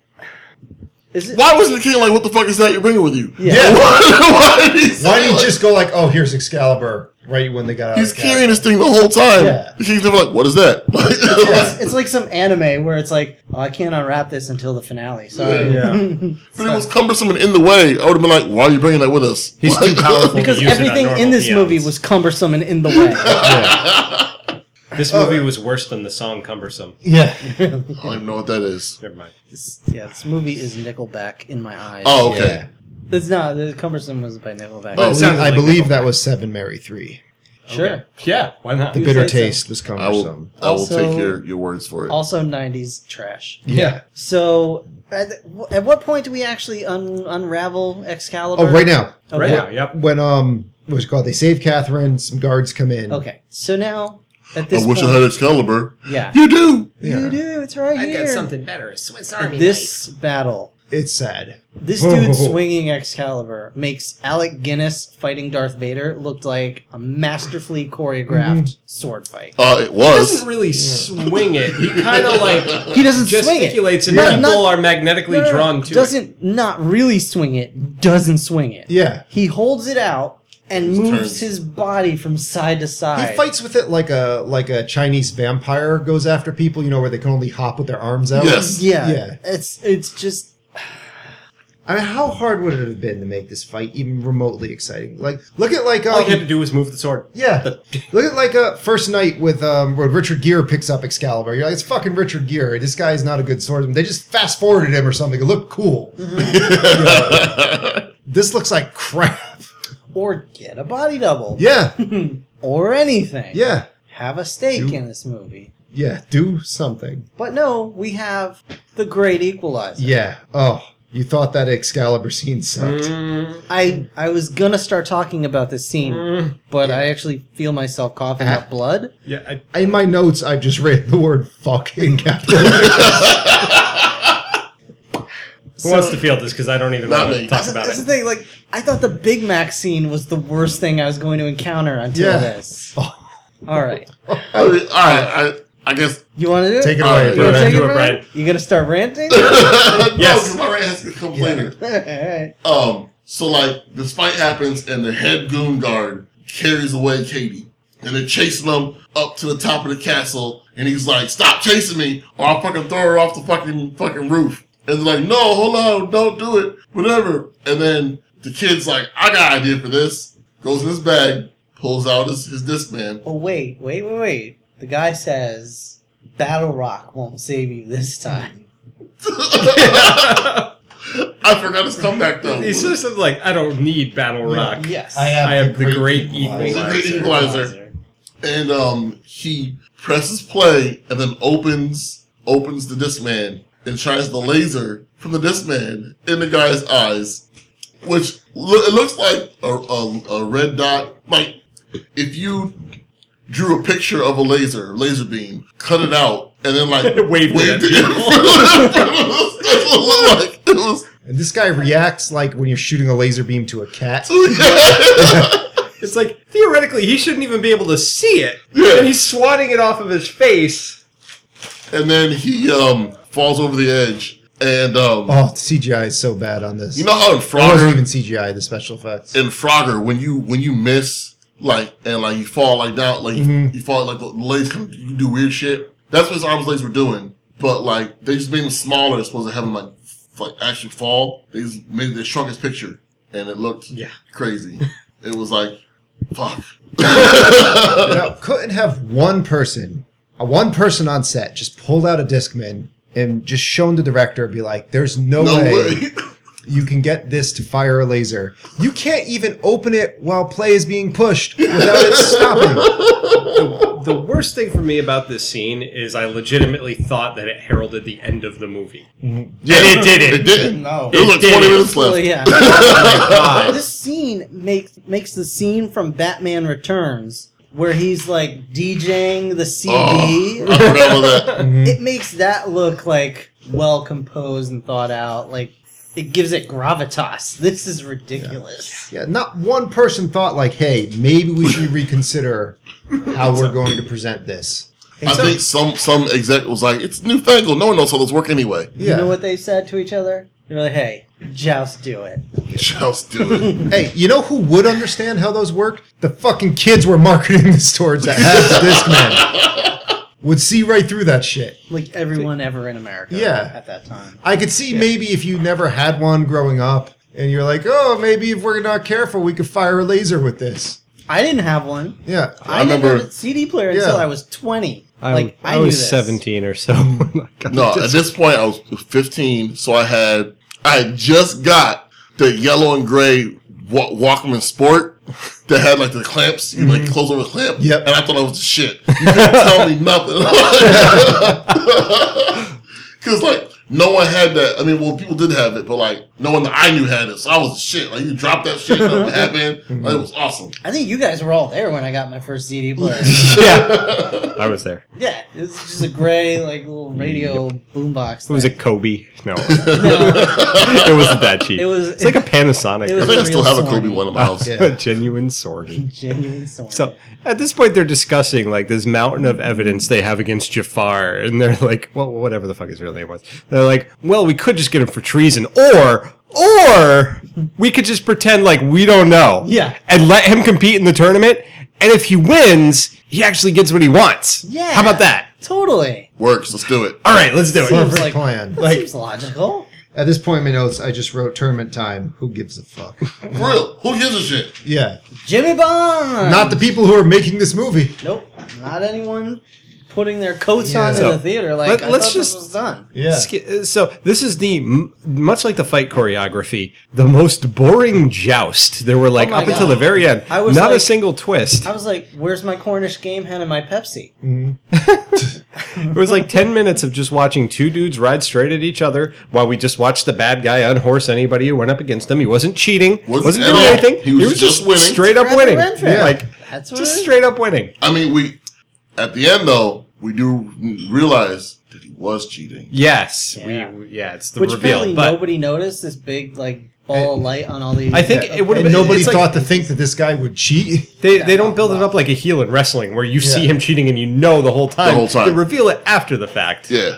C: is it?
A: Why wasn't the king like, "What the fuck is that you're bringing with you"?
C: Yeah.
D: Yeah.
A: Why did he,
D: why
A: say,
D: didn't
A: like,
D: he just go like, "Oh, here's Excalibur," right when they got out?
A: He's
D: of the castle.
A: carrying this thing the whole time.
D: Yeah.
A: The king's never like, "What is that?" Like,
C: it's, it's like some anime where it's like, oh, I can't unwrap this until the finale. Sorry.
A: But it was cumbersome and in the way. I would have been like, "Why are you bringing that with us?"
E: He's too powerful.
C: Because
E: Use it on
C: everything in
E: normal
C: this
E: PMs.
C: movie was cumbersome and in the way.
E: This movie was worse than the song Cumbersome.
D: Yeah,
A: I don't even know what that is.
E: Never mind.
C: This- yeah, this movie is Nickelback in my eyes.
A: Oh, okay.
D: Yeah.
C: It's not. The cumbersome was by Nickelback.
A: Oh,
D: I
A: it
D: believe-
E: sounded
D: I
E: like
D: believe that was Seven Mary Three.
C: sure.
E: Okay. Yeah, why not?
D: The
C: You
D: bitter
C: say so.
D: taste was
A: I will.
D: cumbersome.
A: I will
C: Also-
A: take your, your words for it.
C: Also, '90s trash.
D: Yeah.
C: So, at, at what point do we actually un, unravel Excalibur?
D: Oh, right now.
E: Right
C: Okay.
E: now, yep.
D: When um, what's it called? They save Catherine. Some guards come in.
C: Okay. So now, at this
A: I wish
C: point,
A: I had Excalibur.
C: yeah,
A: You do.
D: Yeah.
C: you do. It's right here.
E: better. A Swiss
C: This battle.
D: It's sad.
C: This
D: Whoa,
C: dude
D: whoa, whoa.
C: swinging Excalibur makes Alec Guinness fighting Darth Vader look like a masterfully choreographed
D: Mhm.
C: sword fight.
A: Uh, it
E: He
A: was.
E: doesn't really swing it. He kind of like
C: He doesn't swing it.
E: gesticulates, and
C: Yeah.
E: people
C: Not-
E: are magnetically
C: No, no, no,
E: drawn to it.
C: doesn't not really swing it. Doesn't swing it.
D: Yeah.
C: He holds it out and
A: Just
C: moves
A: turns.
C: his body from side to side.
D: He fights with it like a like a Chinese vampire goes after people, you know, where they can only hop with their arms out.
A: Yes.
C: Yeah,
D: Yeah.
C: It's it's just
D: I mean, how hard would it have been to make this fight even remotely exciting? Like, look at like um,
E: All he had to do was move the sword.
D: yeah, look at like a first night with um, where Richard Gere picks up Excalibur. You're like, it's fucking Richard Gere. This guy is not a good swordsman. They just fast forwarded him or something. It looked cool. This looks like crap.
C: or get a body double
D: Yeah,
C: or anything.
D: yeah.
C: have a stake
D: Do-
C: in this movie.
D: Yeah, do something.
C: But no, we have the Great Equalizer.
D: Yeah. Oh, you thought that Excalibur scene sucked.
E: Mm,
C: I I was gonna start talking about this scene,
E: mm.
C: but
D: Yeah.
C: I actually feel myself coughing
D: Ah.
C: up blood.
E: Yeah, I,
D: In my notes, I've just written the word fuck in capital letters.
E: who wants to field this? Because I don't even
A: Not
E: want to
A: me.
E: talk
A: That's-
E: about
C: That's
E: it.
C: the thing. Like I thought the Big Mac scene was the worst thing I was going to encounter until
D: Yeah.
C: this.
D: Oh.
C: All right,
A: I mean, all right, I, I guess.
C: you want to do it? Oh,
D: Take it
A: All
D: away,
A: right,
C: You wanna
D: Brett.
E: Brett,
C: take
E: do
C: it,
E: it,
C: Brett? You gonna start ranting? All
E: Yes.
A: No, 'cause my rant has to come
D: Yeah.
A: later.
C: right.
A: Um, so like this fight happens and the head goon guard carries away Katie. And they're chasing him up to the top of the castle, and he's like, Stop chasing me, or I'll fucking throw her off the fucking fucking roof. And they're like, No, hold on, don't do it, whatever. And then the kid's like, I got an idea for this. Goes in his bag, pulls out his, his disc man.
C: Well, Oh, wait, wait, wait, wait. The guy says Battle Rock won't save you this time.
A: I forgot his comeback though.
E: He says something like, "I don't need Battle Rock.
C: Yes.
E: I am the great
A: The great
E: equalizer."
A: equalizer. and um, he presses play and then opens opens the Discman and tries the laser from the Discman in the guy's eyes, which lo- it looks like a, a, a red dot. Like if you drew a picture of a laser laser beam, cut it out, and then like
E: Waved it at
A: it. That's what it looked like. It was
D: And this guy reacts like when you're shooting a laser beam to a cat.
E: It's like theoretically he shouldn't even be able to see it,
A: Yeah.
E: and he's swatting it off of his face.
A: and then he um falls over the edge and um.
D: Oh, CGI is so bad on this.
A: You know how in
D: it
A: Frogger,
D: wasn't even CGI, the special effects.
A: in Frogger when you when you miss like and like you fall like down like you fall like the legs come you do weird shit. That's what his arms legs were doing, but like they just made him smaller. They're supposed to have him like f- like actually fall. They just made they shrunk his picture, and it looked
E: Yeah.
A: crazy. it was like fuck.
D: now, couldn't have one person, a one person on set, just pulled out a discman and just shown the director, be like, "There's no,
A: No
D: way,
A: way.
D: you can get this to fire a laser. You can't even open it while play is being pushed without it stopping."
E: The, the worst thing for me about this scene is I legitimately thought that it heralded the end of the movie.
A: Yeah,
E: it didn't.
A: It didn't.
C: No.
A: It was like
E: It
A: twenty
E: didn't.
A: minutes
C: Well,
A: left.
C: yeah.
E: God.
C: this scene makes makes the scene from Batman Returns where he's like DJing the CD.
A: Oh, I forgot about that.
C: It makes that look like well composed and thought out. Like it gives it gravitas. This is ridiculous.
D: yeah, not one person thought like, "Hey, maybe we should reconsider how we're going to present this."
A: I think some some exec was like, "It's newfangled. No one knows how those work anyway."
D: Yeah.
C: You know what they said to each other? They were like, "Hey, Joust, do it."
A: Just do it.
D: Hey, you know who would understand how those work? The fucking kids were marketing this towards that had the discman. Would see right through that shit.
C: Like everyone ever in America.
D: Yeah.
C: At that time.
D: I could see maybe if you never had one growing up and you're like, oh, maybe if we're not careful, we could fire a laser with this.
C: I didn't have one.
D: Yeah.
C: I,
A: I
C: didn't
A: remember-
C: have a CD player
D: Yeah.
C: until I was twenty. like I, knew this.
E: or so.
A: No, at this point I was 15, so I had I had just got the yellow and gray Wa- Walkman Sport that had like the clamps, you like close over the clamp.
D: Mm-hmm. Yep.
A: And I thought I was the shit. You couldn't tell me nothing. Cause like no one had that. I mean, well, people did have it, but like no one that I knew had it, so I was the shit. Like you dropped that shit, nothing happened. Like, it was awesome.
C: I think you guys were all there when I got my first CD player.
E: yeah, I was there.
C: yeah, it was just a gray like little radio boombox.
E: It was a
C: thing.
E: Kobe. No,
C: No,
E: it wasn't that cheap.
C: It was-
E: It's like a Panasonic.
C: it
A: I
C: was-
A: think I still
C: Real
A: have a
C: Sony.
A: Kobe one in my house.
D: Yeah.
E: a genuine sword.
C: genuine sword.
E: So at this point, they're discussing like this mountain of evidence they have against Jafar, and they're like, well, whatever the fuck his real name was. They're like, well, we could just get him for treason, or or we could just pretend like we don't know,
C: Yeah.
E: and let him compete in the tournament. And if he wins, he actually gets what he wants.
C: Yeah.
E: How about that?
C: totally.
A: Works. Let's do it.
E: All right, let's do it.
C: Seems
D: Perfect
C: like-
D: plan.
C: That seems logical.
D: At this point in my notes, I just wrote tournament time. Who gives a fuck?
A: For real. Who gives a shit?
D: Yeah.
C: Jimmy Bond.
D: Not the people who are making this movie.
C: Nope. Not anyone putting their coats
D: Yeah.
C: on
E: So,
C: in the theater. Like,
E: let-
C: I
E: let's
C: thought this
E: just-
C: was done.
D: Yeah.
E: Sk- uh, So this is the m- much like the fight choreography, the most boring joust. There were like
C: Oh my
E: up until
C: God.
E: the very end,
C: I was
E: not a
C: like-
E: single twist.
C: I was like, "Where's my Cornish game hen and my Pepsi?"
E: Mm. It was like ten minutes of just watching two dudes ride straight at each other while we just watched the bad guy unhorse anybody who went up against him. He wasn't cheating,
A: Wasn't
E: wasn't
A: at
E: doing
A: all.
E: anything.
A: He was just winning.
E: straight up
C: Rather
E: winning.
C: Renfrew.
E: Yeah. Like
C: That's what.
E: just
C: Just
E: straight up winning.
A: I mean, we at the end though we do realize that he was cheating.
E: Yes,
C: Yeah.
E: yeah. we yeah, it's the
C: which
E: reveal.
C: apparently
E: But
C: nobody noticed this big like ball of light on all the.
E: I think it would have
D: And
E: been
D: nobody
E: it's like-
D: thought to think that this guy would cheat.
E: They, they don't build it up like a heel in wrestling where you see
D: Yeah.
E: him cheating and you know the whole time.
A: whole time.
E: They reveal it after the fact.
A: Yeah.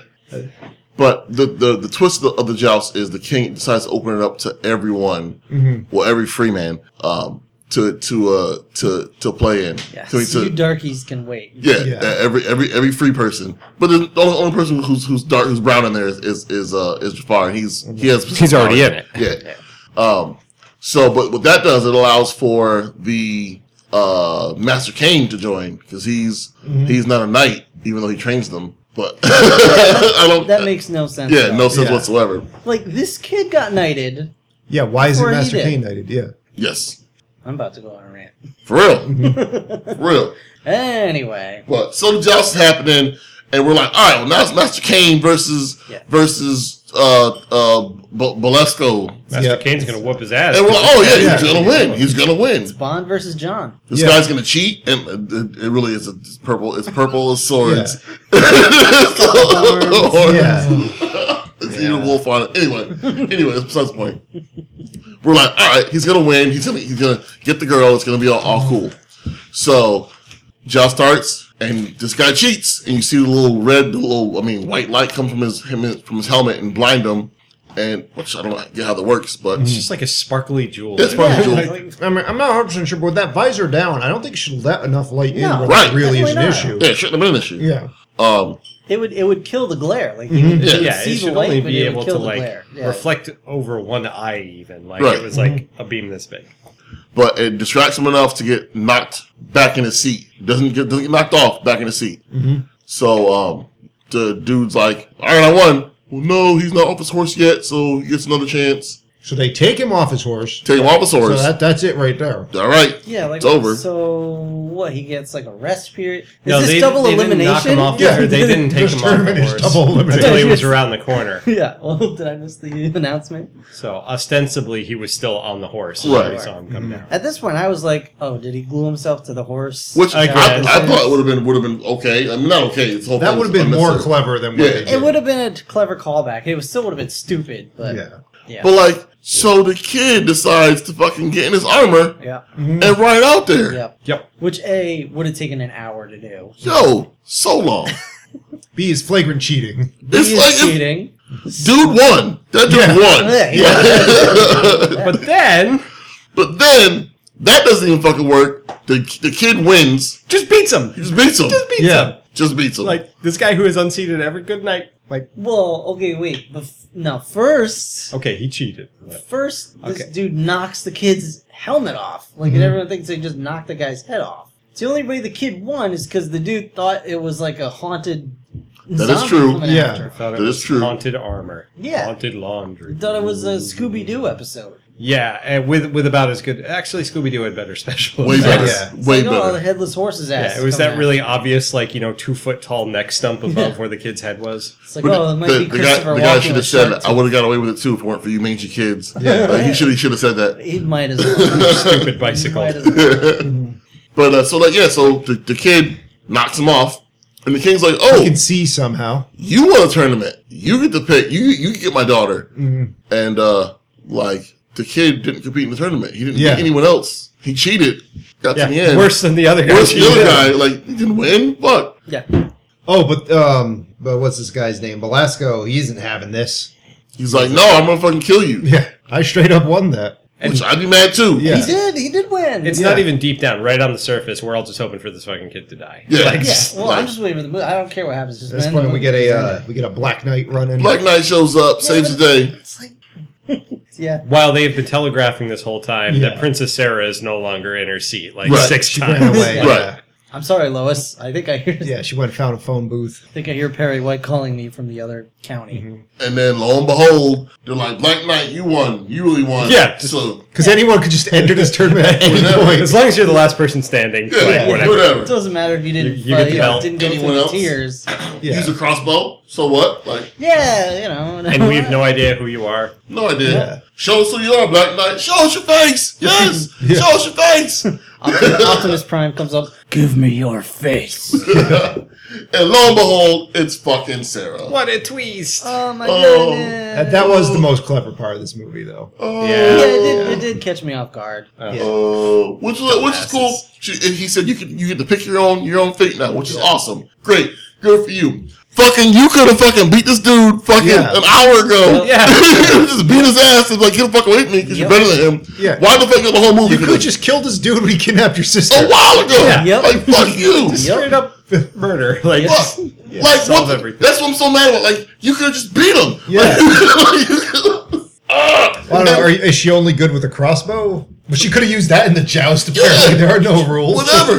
A: But the, the, the twist of the, of the joust is the king decides to open it up to everyone, well, every free man, um, to, to, uh, to, to play in.
C: Yes,
A: To- to-
C: you darkies can wait.
A: yeah,
D: Yeah.
A: uh, every, every, every free person. But the only, only person who's, who's dark, who's brown in there is, is, is uh, is Jafar. And he's, he has,
E: He's already in it.
A: Yeah. Um, so, but what that does, it allows for the, uh, Master Kane to join because he's, he's not a knight, even though he trains them. But I don't,
C: That makes no sense.
A: yeah,
C: though.
A: no sense
D: Yeah.
A: whatsoever.
C: Like this kid got knighted.
D: Yeah, why is it
C: Before he
D: Master
C: did.
D: Kane knighted? Yeah.
A: Yes.
C: I'm about to go on a rant.
A: For
C: Mm-hmm.
A: real. For real.
C: Anyway,
A: But so the joust is happening and we're like, all right, well now it's Master Kane versus
C: Yeah.
A: versus uh uh B- Bolesco.
E: Master
D: Yeah.
E: Kane's going to whoop his ass.
A: And we're like, oh yeah, he's
D: Yeah.
A: gonna win. He's gonna win.
C: Bond versus John.
A: This
D: Yeah.
A: guy's gonna cheat, and uh, it- it really is a it's purple. It's purple as swords.
D: Oh,
A: Or-
D: Yeah.
A: It's either wolf on it. Anyway, anyway, that's besides the point. We're like, all right, he's gonna win. He's gonna he's gonna get the girl. It's gonna be all, all cool. So, Josh starts, and this guy cheats, and you see the little red, the little I mean white light come from his him from his helmet and blind him. And which I don't get how that works, but
E: It's just like a sparkly jewel.
A: It's
E: there.
A: fun.
D: I mean, I'm not 100 percent sure, but with that visor down, I don't think it should let enough light in.
C: No,
D: where
A: Right.
D: that really is an
C: definitely
D: issue.
A: yeah, it shouldn't have been an issue.
D: Yeah.
A: Um,
C: It would it would kill the glare. Like you would
A: Yeah.
C: you would
E: Yeah,
C: see
E: it
C: the
E: should
C: light,
E: only
C: but
E: be
C: it would
E: able to
C: kill the
E: like
C: glare. Yeah.
E: reflect over one eye even. Like
A: Right.
E: it was like a beam this big.
A: but it distracts him enough to get knocked back in his seat. Doesn't get doesn't get knocked off back in his seat.
D: Mm-hmm.
A: So um, the dude's like, "All right, I won." Well, no, he's not off his horse yet, so he gets another chance.
D: So they take him off his horse.
A: Take him off his
D: So
A: horse.
D: that, that's it right there.
A: All right.
C: Yeah, like
A: it's over.
C: So what? He gets like a rest period. Is
E: No,
C: this
E: they-
C: double
E: they didn't
C: elimination?
E: knock him off
D: Yeah.
E: there. They didn't take
D: Just
E: him off the
D: terminated
E: horse
D: double elimination.
E: until he was around the corner.
C: yeah. Well, did I miss the announcement?
E: So ostensibly he was still on the horse. and
A: Right.
E: We saw him come down.
C: At this point, I was like, "Oh, did he glue himself to the horse?" Uh,
A: Which I,
E: I
A: I,
E: guess.
A: thought would have been would have been okay. I mean, not okay. It's whole
D: That
A: thing
D: would have
A: was
D: been more
A: unnecessary.
D: clever than
A: Yeah.
D: what they
A: It
D: did.
C: it would have been a clever callback. It was still would have been stupid, but
D: Yeah.
C: yeah,
A: But like, so the kid decides to fucking get in his armor
C: yeah,
D: Mm-hmm.
A: and ride out there.
C: yeah.
E: Yep.
C: Which a would have taken an hour to do.
A: Yo, so long.
D: B is flagrant cheating.
A: It's
C: He is
A: like-
C: cheating.
A: dude won. That dude
D: Yeah.
A: won.
C: Yeah, he
E: But then
A: But then that doesn't even fucking work. The the kid wins.
E: just beats him.
A: Just beats him.
E: Just beats
D: Yeah.
E: him.
A: Just beats him.
E: Like this guy who is unseated every good night. Like
C: Well, okay, wait. Bef- no, first,
E: okay, he cheated.
C: first, this
E: Okay.
C: dude knocks the kid's helmet off. Like,
A: Mm-hmm.
C: and everyone thinks they just knocked the guy's head off. It's the only way the kid won is because the dude thought it was like a haunted.
A: That is
C: zombie
A: true.
C: coming
D: Yeah.
C: after him.
E: Thought it
A: That
E: was
A: is true.
E: Haunted armor.
C: Yeah.
E: Haunted laundry.
C: He thought it was a Scooby Doo episode.
E: Yeah, and with with about as good. Actually, Scooby Doo had better special.
A: way better.
E: effects.
D: Yeah.
A: Way
C: Like, oh, the
A: better.
C: headless horse's ass.
E: Yeah, it was
C: coming
E: that
C: out.
E: really obvious, like you know, two foot tall neck stump above where the kid's head was.
C: It's like,
A: But
C: oh, it might
A: the,
C: be
A: the guy,
C: Christopher
A: the guy
C: Walken
A: should have
C: with
A: said
C: short
A: that. I would have got away with it too if it weren't for you mangy kids.
D: Yeah.
A: Like, he should he should have said that.
C: He might as well.
E: Stupid
C: He
E: bicycle.
C: might as well.
A: But uh, so like yeah, so the, the kid knocks him off, and the king's like,
D: You
A: "Oh,
D: can see somehow.
A: you won a tournament. You get to pick. You you get my daughter."
E: Mm-hmm.
A: And uh, like the kid didn't compete in the tournament. He didn't
D: Yeah.
A: beat anyone else. He cheated. Got to the
E: Yeah,
A: end.
E: worse than the other guy.
A: Worse than the other
E: Yeah.
A: guy. Like he didn't win. Fuck.
C: Yeah.
D: Oh, but um, but what's this guy's name? Belasco. He isn't having this.
A: He's like, "No, I'm gonna fucking kill you."
D: Yeah, I straight up won that.
A: Which I'd be mad too.
D: Yeah.
C: He did. He did win.
E: It's
D: Yeah.
E: not even deep down, right on the surface. We're all just hoping for this fucking kid to die.
A: Yeah.
E: Like,
C: Yeah,
E: just-
C: well,
A: like-
C: I'm just waiting for the movie. I don't care what happens. Just
D: At this
C: man,
D: point,
C: the
D: we get
C: movie's
D: a
C: ended.
D: uh, we get a Black Knight running.
A: Black Knight shows up, saves the day.
C: It's like, yeah,
E: While they've been telegraphing this whole time
D: Yeah.
E: that Princess Sarah is no longer in her seat, like
A: Right.
E: six
D: She
E: times.
D: ran away.
A: Right.
C: I'm sorry, Lois. I think I hear.
D: Yeah, she went and found a phone booth.
C: I think I hear Perry White calling me from the other county.
A: And then lo and behold, they're like, Black Knight, you won. You really won.
E: Yeah.
A: So
D: Because anyone could just enter this tournament at any
A: Whenever.
D: point.
E: As long as you're the last person standing,
A: yeah,
E: like, whatever.
A: whatever.
C: It doesn't matter if you didn't
E: You- you
C: fight,
E: get the
C: you know,
E: belt.
C: didn't go
A: Anyone
C: through the
A: else?
C: tears.
D: Yeah.
A: Use a crossbow. So what? Like,
C: Yeah, you know.
E: And we have no idea who you are.
A: no idea.
D: Yeah.
A: Show us who you are, Black Knight. Show us your face. Yes. Show us your face.
C: Optimus, Optimus Prime comes up. Give me your face.
A: and lo and behold, it's fucking Sarah.
E: What a twist!
C: Oh my
A: Oh.
C: goodness.
D: That, that was the most clever part of this movie, though.
A: Oh.
E: Yeah.
C: Yeah, it did, it did catch me off guard.
A: Oh, which is which is cool. She, and he said you can you get to pick your own your own fate now, which is awesome. Great, good for you. Fucking, you could have fucking beat this dude fucking
D: Yeah.
A: an hour ago.
E: Yeah.
A: just beat his ass and like get the fuck away from me because
C: Yep.
A: you're better than him.
D: Yeah.
A: why the fuck you the whole movie?
D: You could have just killed this dude when he kidnapped your sister.
A: a while ago.
E: Yeah.
C: Yep.
A: like fuck you.
C: Yep.
E: Straight up murder. Like,
A: Fuck.
E: Yeah,
A: like what?
E: solve
A: the-
E: everything.
A: That's what I'm so mad about. Like you could have just beat him.
D: Yeah.
A: Like, you could've- Ah.
D: I don't know. Are, is she only good with a crossbow? But she could have used that in the joust. Apparently,
A: Yeah.
D: there are no rules.
A: whatever.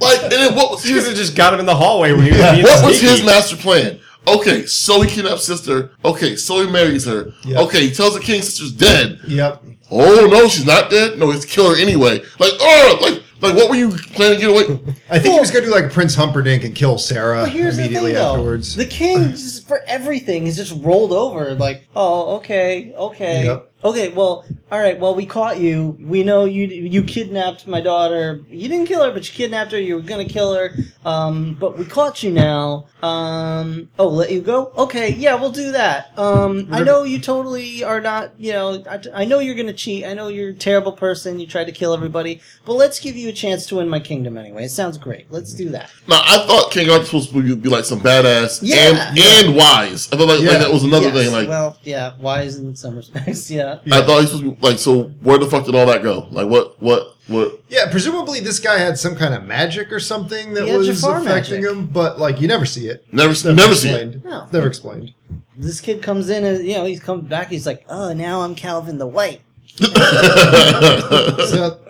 A: like and then what was
E: you
A: his
E: could have just got him in the hallway when you were being
A: What was his
E: sneaky.
A: master plan? Okay, so he kidnaps sister. Okay, so he marries her.
D: Yep.
A: Okay, he tells the king sister's dead.
D: yep.
A: Oh no, she's not dead. No, he's kill her anyway. Like, oh, like, like, what were you planning to get away?
D: I think he was gonna do like Prince Humperdinck and kill Sarah
C: But here's
D: immediately
C: the thing,
D: afterwards.
C: Though. The king just for everything is just rolled over. Like, oh, okay, okay,
D: Yep.
C: okay. Well, all right. Well, we caught you. We know you. You kidnapped my daughter. You didn't kill her, but you kidnapped her. You were gonna kill her. Um, but we caught you now. Um, oh, let you go. Okay, yeah, we'll do that. Um, I know you totally are not. You know, I, I know you're gonna cheat. I know you're a terrible person. You tried to kill everybody. But let's give you a chance to win my kingdom anyway. It sounds great. Let's do that.
A: Now, I thought King Arthur was supposed to be like some badass
C: Yeah.
A: and and wise. I thought like, like
D: Yeah.
A: that was another
C: Yes,
A: thing. Like,
C: well, yeah, wise in some respects, yeah.
A: I thought he was supposed to be, like, so where the fuck did all that go? Like, what, what, what?
D: Yeah, presumably this guy had some kind of magic or something that
C: He had
D: was
C: Jafar
D: affecting
C: magic.
D: him, but like you never see it.
A: Never, never, never seen. it.
D: explained.
C: No.
D: Never explained.
C: This kid comes in and you know he comes back. He's like, oh, now I'm Calvin the White.
D: So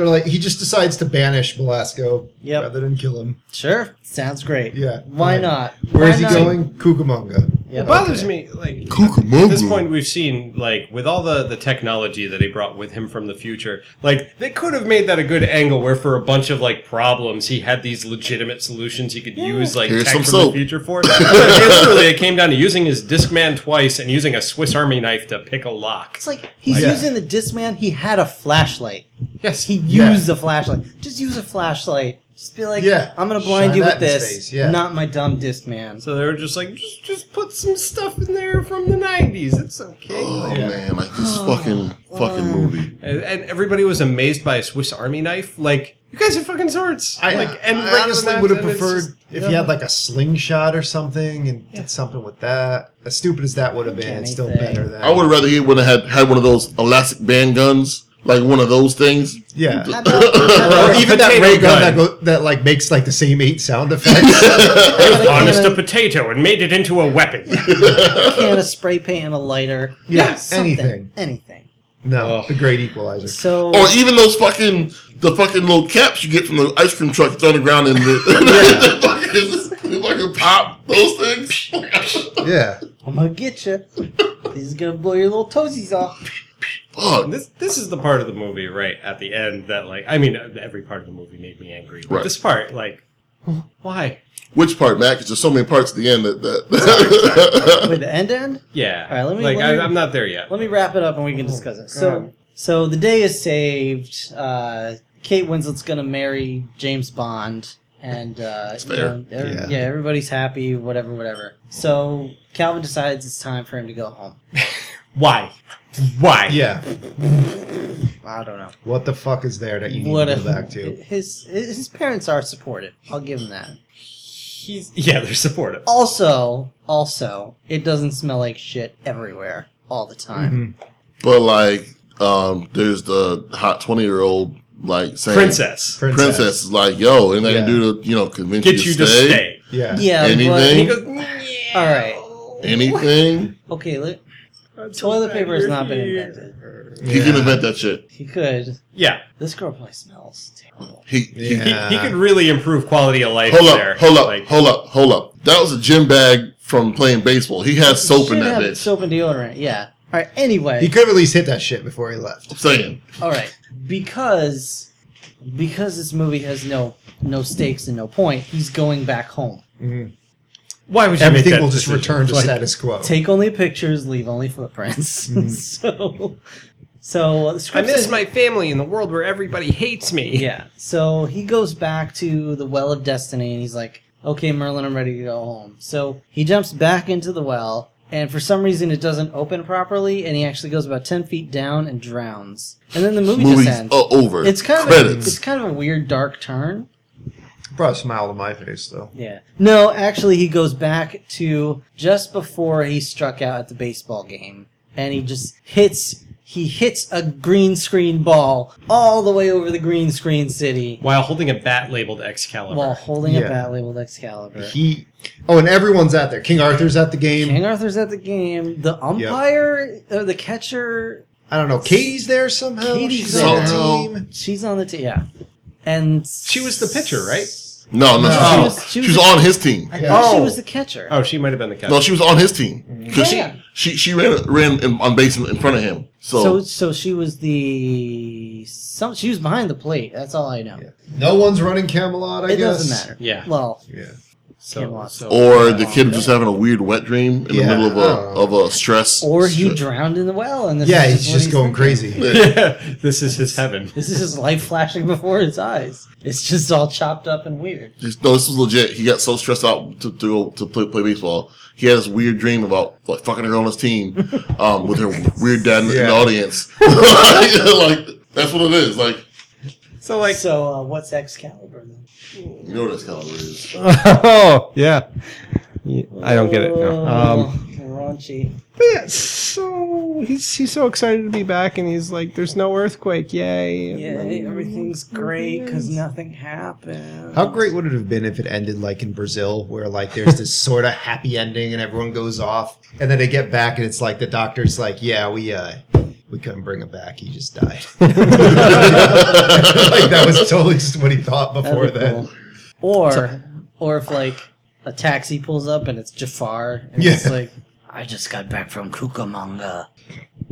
D: they're like he just decides to banish Belasco
C: Yep.
D: rather than kill him.
C: Sure, sounds great.
D: Yeah.
C: why
D: Right.
C: not?
D: Where
C: Why
D: is he
C: not?
D: going? Cucamonga.
C: Yeah.
E: It bothers me, like
A: Cucamonga.
E: at this point, we've seen like with all the the technology that he brought with him from the future, like they could have made that a good angle where for a bunch of like problems, he had these legitimate solutions he could use, like
A: Here's
E: tech
A: some
E: from
A: soap.
E: the future for. But it literally, it came down to using his Discman twice and using a Swiss Army knife to pick a lock.
C: It's like he's
D: Yeah.
C: using the Discman. He had a flashlight.
E: Yes,
C: He
D: Yeah.
C: used a flashlight. Just use a flashlight. Just be like,
D: Yeah.
C: I'm gonna blind
D: Shine
C: you
D: that
C: with
D: in his
C: this,
D: face, yeah.
C: not my dumb Discman.
E: So they were just like, just just put some stuff in there from the '90s. It's okay.
A: Oh
E: Like,
A: man, like this fucking fucking movie.
E: and, and everybody was amazed by a Swiss Army knife. Like you guys are fucking sorts.
D: I, uh,
E: like,
D: I honestly
E: regular
D: would have
E: knives, and it's
D: preferred
E: just-
D: if
E: yeah.
D: he had like a slingshot or something and did something with that. As stupid as that would have been, it's still
C: Anything.
D: better than
A: I would have rather he would have had, had one of those elastic band guns, like one of those things.
D: yeah.
C: How about- how
D: Or
C: about-
D: even that ray gun,
E: potato gun.
D: that, go, that like makes like the same eight sound effects.
C: how about a,
D: uh,
E: Honest a
C: can of-
E: potato and made it into a weapon.
C: can of spray paint and a lighter.
D: Yeah,
C: something,
D: anything.
C: Anything.
D: no, the great equalizer.
C: So
A: Or even those fucking the fucking little caps you get from the ice cream truck that's on the ground in the, the fucking, the fucking pop those things.
D: Yeah.
C: I'm gonna get you. This is gonna blow your little toesies off.
A: Fuck.
E: this this is the part of the movie right at the end that like I mean every part of the movie made me angry. But
A: Right.
E: this part like why?
A: Which part, Matt? Because there's so many parts at the end that. that
C: With the end end.
E: Yeah.
C: All right, let me-
E: like
C: let me-
E: I, I'm not there yet.
C: Let me wrap it up and we can discuss it. So, so the day is saved. Uh, Kate Winslet's gonna marry James Bond, and uh, you
A: fair.
C: know, every- yeah.
D: Yeah.
C: everybody's happy. Whatever, whatever. So Calvin decides it's time for him to go home.
E: Why? Why?
D: Yeah.
C: I don't know.
D: What the fuck is there that you need
C: What
D: to
C: if
D: go back to?
C: his his parents are supportive? I'll give him that.
E: He's yeah, they're supportive.
D: Oh,
C: Also, also, it doesn't smell like shit everywhere all the time.
E: Mm-hmm.
A: but like, um, there's the hot twenty year old like saying
E: Princess.
A: princess, is like, yo, and they
D: Yeah.
A: can do the you know convince
E: Get you to stay.
D: Yeah.
C: Yeah. but-
A: Anything?
E: And he goes,
C: all right.
A: Anything?
C: Okay. Let, Toilet paper has not been invented.
A: He can invent that shit.
C: He could.
E: Yeah.
C: This girl probably smells terrible.
A: He, he
E: He, he
D: Yeah.
E: could really improve quality of life
A: Hold up,
E: there.
A: hold up,
E: Like,
A: hold up, hold up. That was a gym bag from playing baseball. He had soap in
C: Should
A: that
C: have
A: bitch.
C: Soap and deodorant. Yeah. All right. Anyway.
D: He could have at least hit that shit before he left.
A: I'm saying.
C: All right, because because this movie has no no stakes and no point. He's going back home.
E: why would you make
D: Everything
E: that
D: will just
E: decision?
D: return to
E: Like,
D: status quo.
C: Take only pictures, leave only footprints.
A: Hmm.
C: so so the
E: I
C: script
E: miss
C: says-
E: my family in the world where everybody hates me.
C: yeah. So he goes back to the well of destiny, and he's like, "Okay, Merlin, I'm ready to go home." So he jumps back into the well. And for some reason, it doesn't open properly, and he actually goes about ten feet down and drowns. And then the movie
A: Movie's
C: just ends.
A: uh, over.
C: it's kind of
A: credits.
C: it's kind of a weird dark turn.
F: Brought a smile to my face though.
C: Yeah. No, actually, he goes back to just before he struck out at the baseball game, and he just hits. He hits a green screen ball all the way over the green screen city
E: While holding a bat labeled Excalibur.
C: while holding a
D: Yeah.
C: bat labeled Excalibur.
D: He. Oh, and everyone's out there. King Arthur's at the game.
C: King Arthur's at the game. The umpire, or the catcher,
D: I don't know. Katie's there somehow.
C: Katie's
D: She's on the
A: there.
D: team.
C: she's on the team. Yeah, and
E: she was the pitcher, right?
A: no, no,
D: No.
A: she,
E: She
A: was,
C: was-
A: she
C: she
A: was
C: was-
A: on his team.
C: I thought she
E: Oh.
C: was the catcher.
E: Oh, she might have been the captain.
A: No, she was on his team. 'Cause
C: Yeah.
A: she, she, she ran ran in, on base in, in front of him.
C: So,
A: So,
C: so she was the some. She was behind the plate. That's all I know.
D: No one's running Camelot. I
C: it
D: guess
C: doesn't matter.
E: Yeah.
C: Well,
D: Yeah.
E: so,
C: Camelot.
E: so-
A: or the kid was just having a weird wet dream in
D: Yeah,
A: the middle
D: I don't know.
A: of a of a stress.
C: Oh. Or he
A: stre-
C: drowned in the well, and this
D: Yeah,
C: is
D: he's
C: what
D: just going
C: thinking.
D: crazy.
E: Yeah, this is his heaven.
C: This is his life flashing before his eyes. It's just all chopped up and weird.
A: Just- No, this was legit. He got so stressed out to, to go to play, play baseball. He had this weird dream about like fucking a girl on his team, um, with her weird dad in the- in
D: Yeah.
A: the audience. like that's what it is. Like
E: So like
C: so, uh, what's Excalibur? Then?
A: you know what that's kind of is.
E: Oh, yeah. Yeah, I don't get it. No.
C: Oh,
E: Um,
C: raunchy.
E: but yeah, so he's he's so excited to be back, and he's like, "There's no earthquake, yay!"
C: Yeah, everything's great because nothing happened.
D: How great would it have been if it ended like in Brazil, where like there's this sort of happy ending and everyone goes off, and then they get back and it's like the doctor's like, "Yeah, we uh, we couldn't bring him back. He just died." like that was totally just what he thought
C: That'd
D: before
C: be
D: then.
C: cool. Or, or if like a taxi pulls up and it's Jafar, and it's
D: Yeah.
C: like, I just got back from Cucamonga,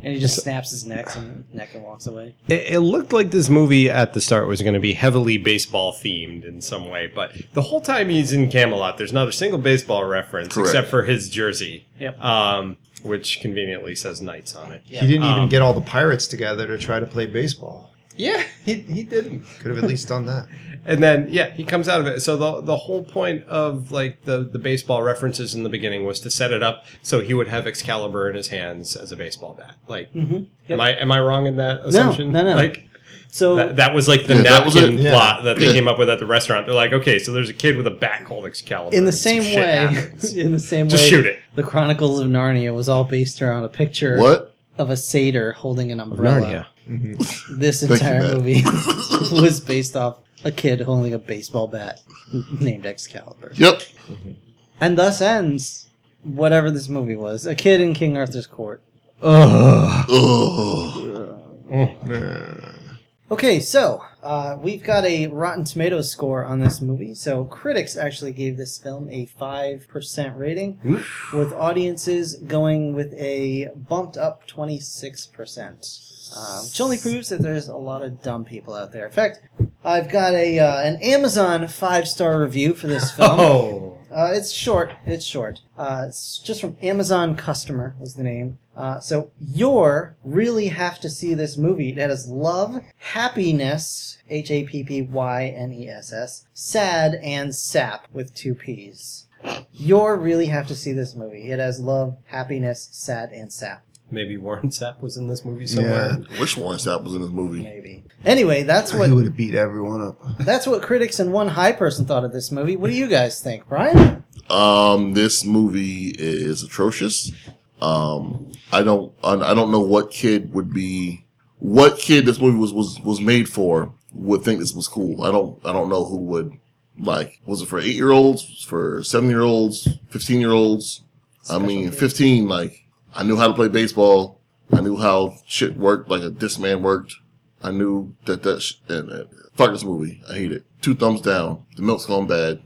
C: and he just snaps his neck and neck and walks away.
E: It, it looked like this movie at the start was going to be heavily baseball themed in some way, but the whole time he's in Camelot, there's not a single baseball reference
A: Correct.
E: except for his jersey,
C: Yep.
E: um, which conveniently says Knights on it.
D: He didn't
E: Um,
D: even get all the pirates together to try to play baseball.
E: Yeah, he, he didn't.
D: Could have at least done that.
E: and then yeah he comes out of it so the the whole point of like the the baseball references in the beginning was to set it up so he would have excalibur in his hands as a baseball bat like am i am i wrong in that assumption
C: Mm-hmm. no, no.
E: like
C: So
E: that, that was like the
A: Yeah, that was
E: napkin
A: it. Yeah.
E: plot that they
A: Yeah.
E: came up with at the restaurant they're like okay so there's a kid with a bat called excalibur
C: in the
E: and some
C: same
E: shit
C: way,
E: happens.
C: in the same
E: Just
C: way,
E: shoot it.
C: The Chronicles of Narnia was all based around a picture
A: What?
C: of a satyr holding an
E: narnia
C: umbrella. This
A: you,
C: entire
A: Matt.
C: movie was based off a kid holding a baseball bat named Excalibur,
A: Yep.
C: and thus ends whatever this movie was. A kid in King Arthur's court.
A: Ugh.
C: Okay, so uh, we've got a Rotten Tomatoes score on this movie. So critics actually gave this film a five percent rating, with audiences going with a bumped up twenty six percent, Um, which only proves that there's a lot of dumb people out there. In fact, I've got a uh, an Amazon five star review for this film.
E: oh
C: Uh, it's short. It's short. Uh, it's just from Amazon Customer was the name. Uh, so you're really have to see this movie. That is love, happiness, H A P P Y N E S S, sad and sap with two P's. You're really have to see this movie. It has love, happiness, sad and sap.
E: maybe warren sapp was in this movie somewhere
A: Wish Warren Sapp was in this movie.
C: Maybe. Anyway, that's
F: He would
C: what
F: have beat everyone up.
C: that's what critics and one high person thought of this movie. What do you guys think, Brian?
A: Um, this movie is atrocious. Um, I don't, I don't know what kid would be, what kid this movie was was was made for would think this was cool. I don't, I don't know who would like. Was it for eight year olds, for seven year olds, fifteen year olds? I mean, fifteen. Like, I knew how to play baseball. I knew how shit worked, like a this man worked. I knew that that sh- and, and fuck this movie. I hate it. Two thumbs down. The milk's gone bad.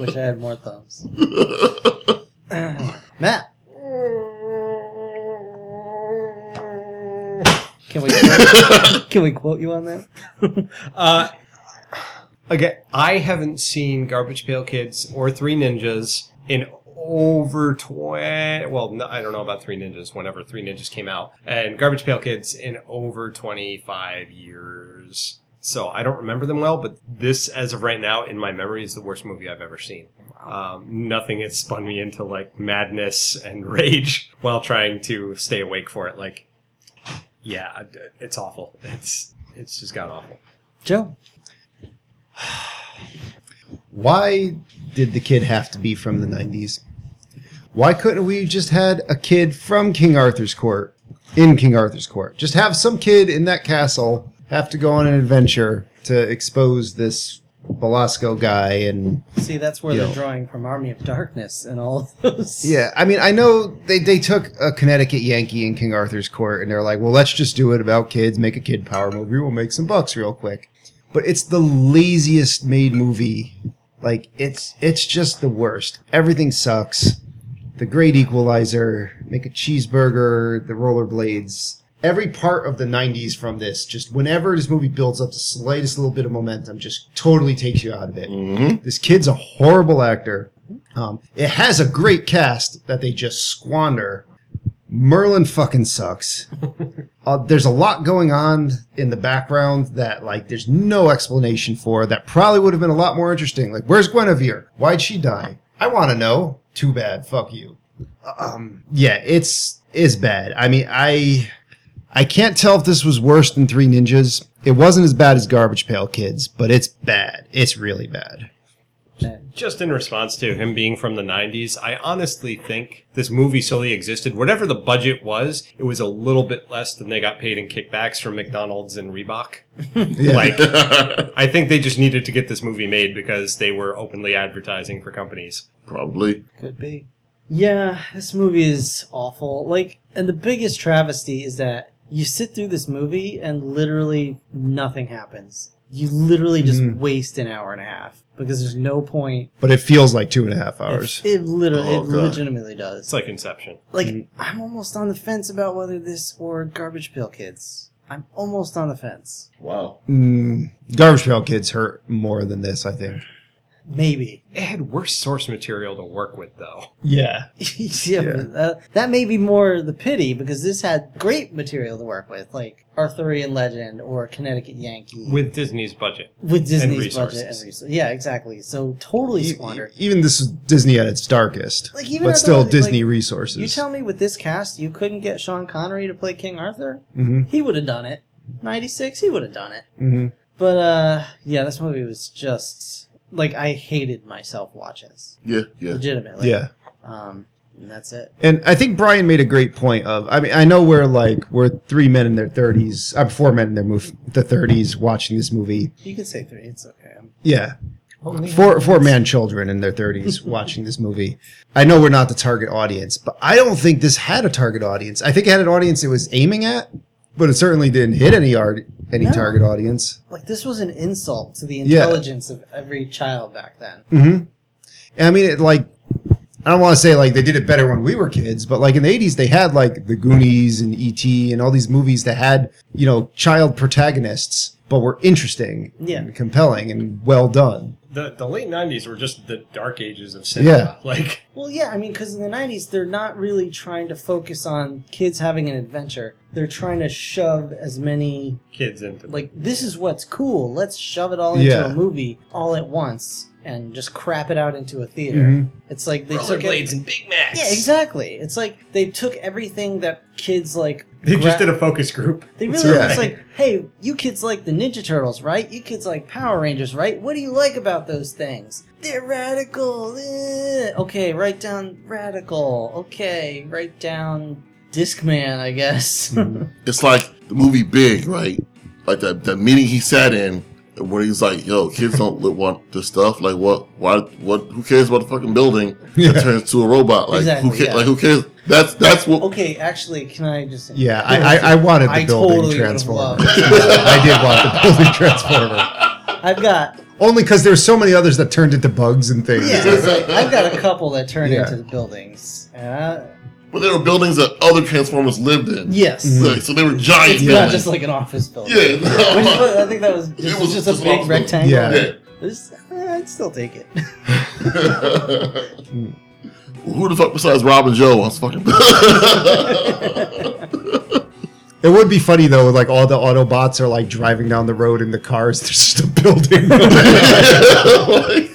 C: Wish I had more thumbs. Matt. Can we can we quote you on that?
E: Uh, again, I haven't seen Garbage Pail Kids or Three Ninjas in over 20. Well, no, I don't know about Three Ninjas, whenever Three Ninjas came out, and Garbage Pail Kids in over 25 years. So I don't remember them well, but this, as of right now, in my memory, is the worst movie I've ever seen. Um, nothing has spun me into like madness and rage while trying to stay awake for it. Like, yeah, I- it's awful. It's it's just got awful.
C: Joe.
D: Why did the kid have to be from the 90s? Why couldn't we just had a kid from King Arthur's court in King Arthur's court? Just have some kid in that castle have to go on an adventure to expose this Belasco guy and
C: See, that's where
D: Yo.
C: they're drawing from Army of Darkness and all of those.
D: yeah, I mean, I know they, they took a Connecticut Yankee in King Arthur's court and they're like, well, let's just do it about kids, make a kid power movie, we'll make some bucks real quick. But it's the laziest made movie. Like it's it's just the worst. Everything sucks. The Great Equalizer, Make a Cheeseburger, The Rollerblades. Every part of the 90s from this, just whenever this movie builds up the slightest little bit of momentum, just totally takes you out of it. This kid's a horrible actor. Um, it has a great cast that they just squander. Merlin fucking sucks. uh, there's a lot going on in the background that like there's no explanation for that probably would have been a lot more interesting. Like where's Guinevere? Why'd she die? I want to know. Too bad. Fuck you. Um, yeah, it's is bad. I mean, I I can't tell if this was worse than Three Ninjas. It wasn't as bad as Garbage Pail Kids, but it's bad. It's really bad.
E: just in response to him being from the 90s, I honestly think this movie solely existed. Whatever the budget was, it was a little bit less than they got paid in kickbacks from McDonald's and Reebok. Like, I think they just needed to get this movie made because they were openly advertising for companies.
A: Probably.
C: Could be. Yeah, this movie is awful. Like, and the biggest travesty is that you sit through this movie and literally nothing happens. You literally just waste an hour and a half because there's no point.
D: but it feels like two and a half hours.
C: It literally,
A: Oh,
C: it
A: God.
C: legitimately does.
E: It's like Inception.
C: Like,
D: Mm.
C: I'm almost on the fence about whether this or Garbage Pail Kids. I'm almost on the fence.
A: Wow.
D: Mm, Garbage Pail Kids hurt more than this, I think.
C: Maybe.
E: It had worse source material to work with, though.
D: Yeah,
C: yeah, but, uh, that may be more the pity because this had great material to work with, like Arthurian legend or Connecticut Yankee
E: With Disney's budget.
C: with Disney's budget
E: resources.
C: and resources. Yeah, exactly. So totally squandered.
D: E-, even this is Disney at its darkest,
C: Like, even
D: but
C: at
D: still
C: the-
D: Disney
C: like,
D: resources.
C: You tell me with this cast, you couldn't get Sean Connery to play King Arthur?
D: Mhm.
C: He would have done it. 96, he would have done it.
D: Mhm.
C: But uh yeah, this movie was just like I hated myself watching this.
A: Yeah, yeah.
C: Legitimately.
D: yeah,
C: Um and that's it.
D: and I think Brian made a great point of. I mean, I know we're like we're three men in their thirties, uh, four men in their move the thirties watching this movie.
C: You can say 3, it's okay. I'm
D: Yeah, four four man children in their thirties watching this movie. I know we're not the target audience, but I don't think this had a target audience. I think it had an audience it was aiming at, but it certainly didn't hit any art any
C: No.
D: target audience.
C: like this was an insult to the
D: Yeah.
C: intelligence of every child back then.
D: Mm-hmm. I mean, it, like, I don't want to say like they did it better when we were kids, but like in the '80s, they had like the Goonies and ET and all these movies that had you know child protagonists, but were interesting,
C: Yeah.
D: and compelling, and well done.
E: The, the late 90s were just the dark ages of cinema.
D: Yeah.
E: Like,
C: Well, yeah, I mean, because in the '90s, they're not really trying to focus on kids having an adventure. They're trying to shove as many
E: kids into
C: like this is what's cool. Let's shove it all into
D: Yeah.
C: a movie all at once and just crap it out into a theater.
D: Mhm.
C: It's like they took
E: rollerblades
C: it.
E: and Big Macs.
C: Yeah, exactly. It's like they took everything that kids like.
E: They
C: gra-
E: just did a focus group.
C: They really
D: Yeah.
C: it's like, hey, you kids like the Ninja Turtles, right? You kids like Power Rangers, right? What do you like about those things? They're radical. eh." Okay, write down radical. Okay, write down Discman, I guess.
A: It's like the movie Big, right? Like the, the meeting he sat in. Where he's like, "Yo, kids don't li- want this stuff. Like, what? Why? What? Who cares about the fucking building that turns to a robot? Like,
C: Exactly,
A: who cares?
C: yeah.
A: Like, who cares? That's that's what.
C: Okay, actually, can I just?
D: Yeah, I, I, I wanted the
C: I
D: building
C: totally would've
D: transformer.
C: loved it.
D: I did want the building transformer.
C: I've got
D: Only because there's so many others that turned into bugs and things.
C: yeah, it's like, I've got a couple that turn
D: Yeah.
C: into the buildings. Uh, And I,
A: But there were buildings that other Transformers lived in.
C: yes,
A: Like, so they were giant
C: it's not
A: buildings.
C: just like an office building.
A: yeah. no.
C: Which is what- I think that was
A: It
C: just,
A: was
C: just
A: just
C: a big
A: awesome.
C: rectangle.
D: Yeah.
A: Yeah.
C: This- eh, I'd still take it.
A: Who the fuck besides Rob and Joe wants fucking?
D: It would be funny though, like all the Autobots are like driving down the road in the cars. There's just a building.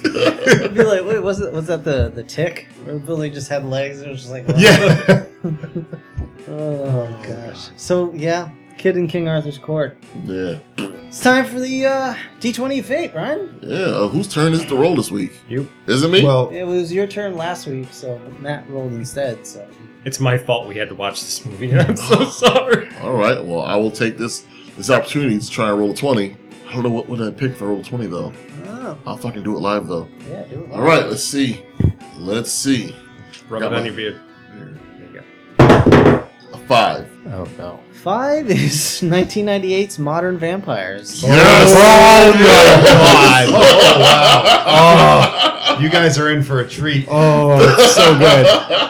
A: Oh
C: I'd be like, wait, was it was that the the tick? Where the building just had legs and it was just like
D: yeah.
C: Oh gosh. So yeah, kid in King Arthur's court.
A: yeah,
C: It's time for the uh, D20 of fate, Brian.
A: yeah. Uh, whose turn is it to roll this week?
E: You.
A: Is it me?
D: Well,
C: It was your turn last week, so Matt rolled instead. So
E: It's my fault we had to watch this movie. I'm so sorry.
A: All right. Well, I will take this this opportunity to try and roll a twenty. I don't know what what I pick for roll twenty though.
C: oh
A: I'll fucking do it live though.
C: yeah, do it.
A: All right. Let's see. Let's see.
E: Rub
A: Got
E: it on
A: my-
E: your beard.
A: A five.
D: oh no.
C: Five is 1998's Modern Vampires.
A: Yes.
D: Oh, my God.
A: Oh,
D: Oh, you guys are in for a treat. Oh, it's so good.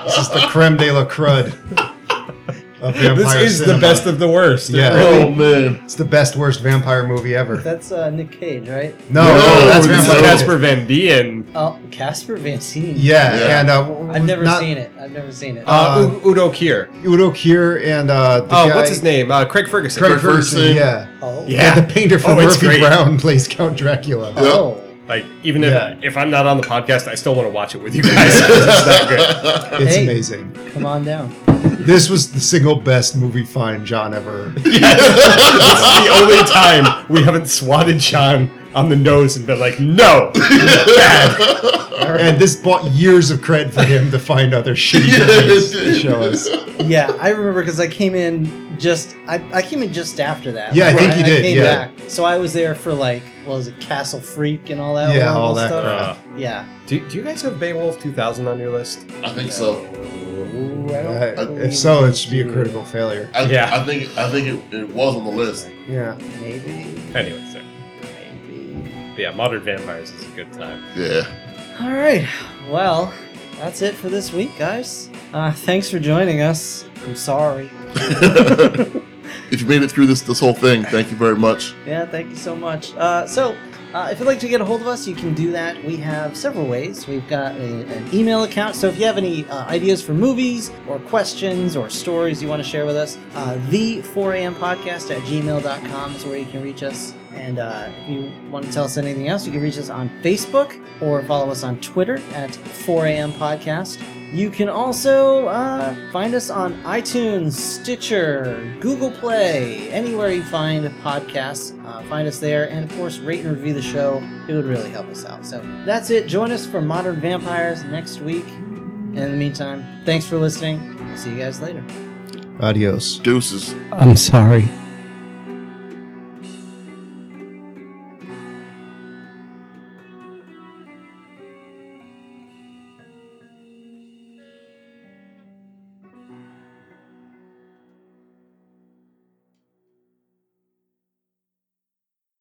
D: This is the creme de la crud. Of
E: This
D: vampire
E: is the
D: cinema.
E: best of the worst.
D: Yeah.
A: Oh man.
D: It's the best worst vampire movie ever.
C: That's uh, Nick Cage, right?
D: No,
E: Oh,
A: No,
D: no, Oh, that's
A: it's
D: vampire.
A: so-
E: Casper Van Dien.
C: Oh, Casper Van Sien.
D: Yeah,
A: Yeah.
D: and uh,
C: I've never
D: not-
C: seen it. I've never seen it.
D: Uh,
E: Uh, U- Udo Kier.
D: Udo Kier and uh, the
E: Oh,
D: guy,
E: what's his name? Uh, Craig Ferguson.
D: Craig
A: Craig
D: Ferguson.
A: Ferguson.
D: Yeah.
C: oh.
E: Yeah.
D: the painter from
E: Oh, it's
D: Murphy
E: great.
D: Brown plays Count Dracula.
A: Yeah.
C: Oh.
E: Like, even
D: Yeah.
E: if, if I'm not on the podcast, I still want to watch it with you guys. it's that good.
D: It's
C: Hey.
D: amazing.
C: Come on down.
D: This was the single best movie find John ever.
E: This is the only time we haven't swatted Sean on the nose and been like, no.
D: and this bought years of cred for him to find other shitty
A: Yeah, it
D: movies to
A: did.
D: show us.
C: Yeah, I remember because I came in just I, I came in just after that.
D: Yeah, I think you did,
C: came
D: yeah.
C: back. So I was there for like what was it, Castle Freak and all that.
D: Yeah,
C: horrible
D: all that
C: stuff.
D: crap.
E: Uh,
C: Yeah.
E: do, do you guys have Beowulf 2000 on your list?
A: I think so.
D: Uh, if so, it should be a critical failure.
A: I,
E: Yeah.
A: I think I think it, it was on the list.
D: Yeah.
C: Maybe.
E: Anyway, so. Yeah, Modern Vampires is a good time.
A: Yeah.
C: All right. Well, that's it for this week, guys. Uh, thanks for joining us. I'm sorry.
A: if you made it through this this whole thing, thank you very much.
C: Yeah, thank you so much. Uh, so, uh, if you'd like to get a hold of us, you can do that. We have several ways. We've got a, an email account, so if you have any uh, ideas for movies or questions or stories you want to share with us, uh, the 4am podcast at gmail.com is where you can reach us. And uh, if you want to tell us anything else, you can reach us on Facebook or follow us on Twitter at 4am podcast. You can also uh, find us on iTunes, Stitcher, Google Play, anywhere you find podcasts. Uh, find us there, and of course, rate and review the show. It would really help us out. So that's it. Join us for Modern Vampires next week. And in the meantime, thanks for listening. See you guys later.
D: Adios.
A: Deuces.
C: I'm sorry.